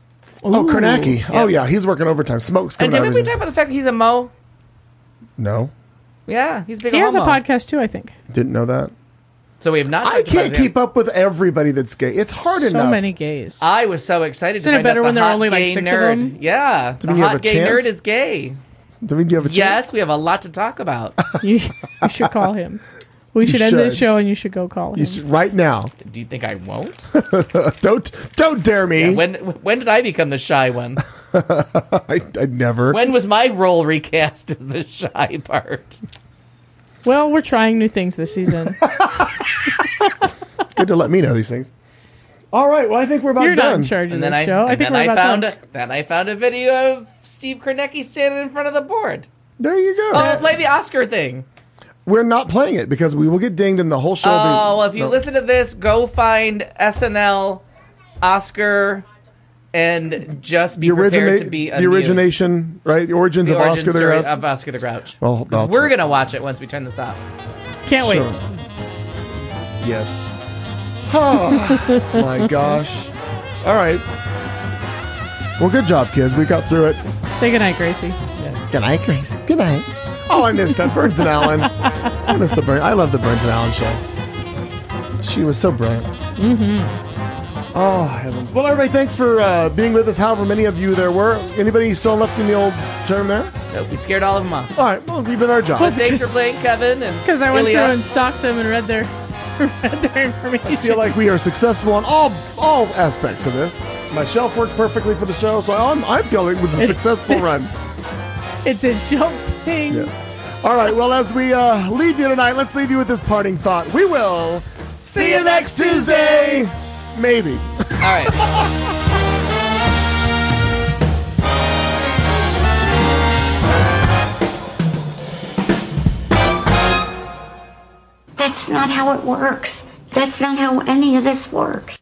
Speaker 3: Oh,
Speaker 4: Ooh.
Speaker 3: Karnacki. Oh yeah, he's working overtime. Smoke's
Speaker 2: And
Speaker 3: coming out.
Speaker 2: didn't
Speaker 3: of
Speaker 2: we
Speaker 3: his-
Speaker 2: talk about the fact that he's a mo?
Speaker 3: no,
Speaker 2: Yeah, he's a big
Speaker 4: He has a
Speaker 2: homo.
Speaker 4: podcast too, I think.
Speaker 3: didn't know that.
Speaker 2: So we have not.
Speaker 3: I
Speaker 2: talked
Speaker 3: can't
Speaker 2: about it.
Speaker 3: keep up with everybody that's gay. It's hard
Speaker 4: So
Speaker 3: enough.
Speaker 4: many gays.
Speaker 2: I was so excited.
Speaker 4: Isn't
Speaker 2: to
Speaker 4: it
Speaker 2: find out
Speaker 4: better
Speaker 2: the
Speaker 4: when there are
Speaker 2: hot
Speaker 4: only, like,
Speaker 2: gay
Speaker 4: six of
Speaker 2: nerd.
Speaker 4: them?
Speaker 2: Yeah, the
Speaker 3: mean you have
Speaker 2: hot
Speaker 3: a
Speaker 2: gay
Speaker 3: chance?
Speaker 2: nerd is gay.
Speaker 3: I mean, do you have a chance?
Speaker 2: Yes, we have a lot to talk about.
Speaker 4: you, you should call him. We should end this
Speaker 3: should.
Speaker 4: show and you should go call him.
Speaker 3: You should- right now.
Speaker 2: do you think I won't?
Speaker 3: Don't don't dare me.
Speaker 2: When when did I become the shy one?
Speaker 3: I, I never.
Speaker 2: When was my role recast as the shy part?
Speaker 4: Well, we're trying new things this season.
Speaker 3: Good to let me know these things. All right. Well, I think we're about
Speaker 4: You're not
Speaker 3: done.
Speaker 4: in charge of
Speaker 2: And
Speaker 4: this
Speaker 2: then I,
Speaker 4: show. I
Speaker 2: and
Speaker 4: think
Speaker 2: then
Speaker 4: we're
Speaker 2: I
Speaker 4: about
Speaker 2: found
Speaker 4: done.
Speaker 2: a, then I found a video of Steve Kornacki standing in front of the board.
Speaker 3: There you go.
Speaker 2: Oh, play the Oscar thing.
Speaker 3: we're not playing it because we will get dinged and the whole show. will be-
Speaker 2: Oh, well, if you
Speaker 3: No.
Speaker 2: listen to this, go find SNL, Oscar, and just be
Speaker 3: the,
Speaker 2: prepared
Speaker 3: origina-
Speaker 2: to be
Speaker 3: the
Speaker 2: amused.
Speaker 3: origination, right? The origins
Speaker 2: The um,
Speaker 3: of
Speaker 2: origin
Speaker 3: Oscar the
Speaker 2: story
Speaker 3: Grouch.
Speaker 2: of Oscar the Grouch.
Speaker 3: Well,
Speaker 2: 'Cause
Speaker 3: I'll-
Speaker 2: we're gonna watch it once we turn this off.
Speaker 4: Can't wait.
Speaker 3: Sure. Yes. Oh my gosh. All right. Well, good job, kids. We got through it.
Speaker 4: Say goodnight, Gracie.
Speaker 3: Good night, Grace. Good night. Oh, I missed that Burns and Allen. I miss the Burns. I love the Burns and Allen show. She was so brilliant. Mm-hmm. Oh heavens! Well, everybody, thanks for uh, being with us. However many of you there were, anybody still left in the old term there?
Speaker 2: Nope, we scared all of them off.
Speaker 3: All right. Well, we've done our job.
Speaker 2: But thanks for playing Kevin and
Speaker 4: Because I went
Speaker 2: Ilya.
Speaker 4: through and stalked them and read their, read their information.
Speaker 3: feel like we are successful on all all aspects of this. My shelf worked perfectly for the show, so I'm, I'm feeling it was a successful run.
Speaker 4: it did show things.
Speaker 3: Yes. All right. Well, as we uh, leave you tonight, let's leave you with this parting thought. We will see you next Tuesday. Maybe.
Speaker 2: All right.
Speaker 5: That's not how it works. That's not how any of this works.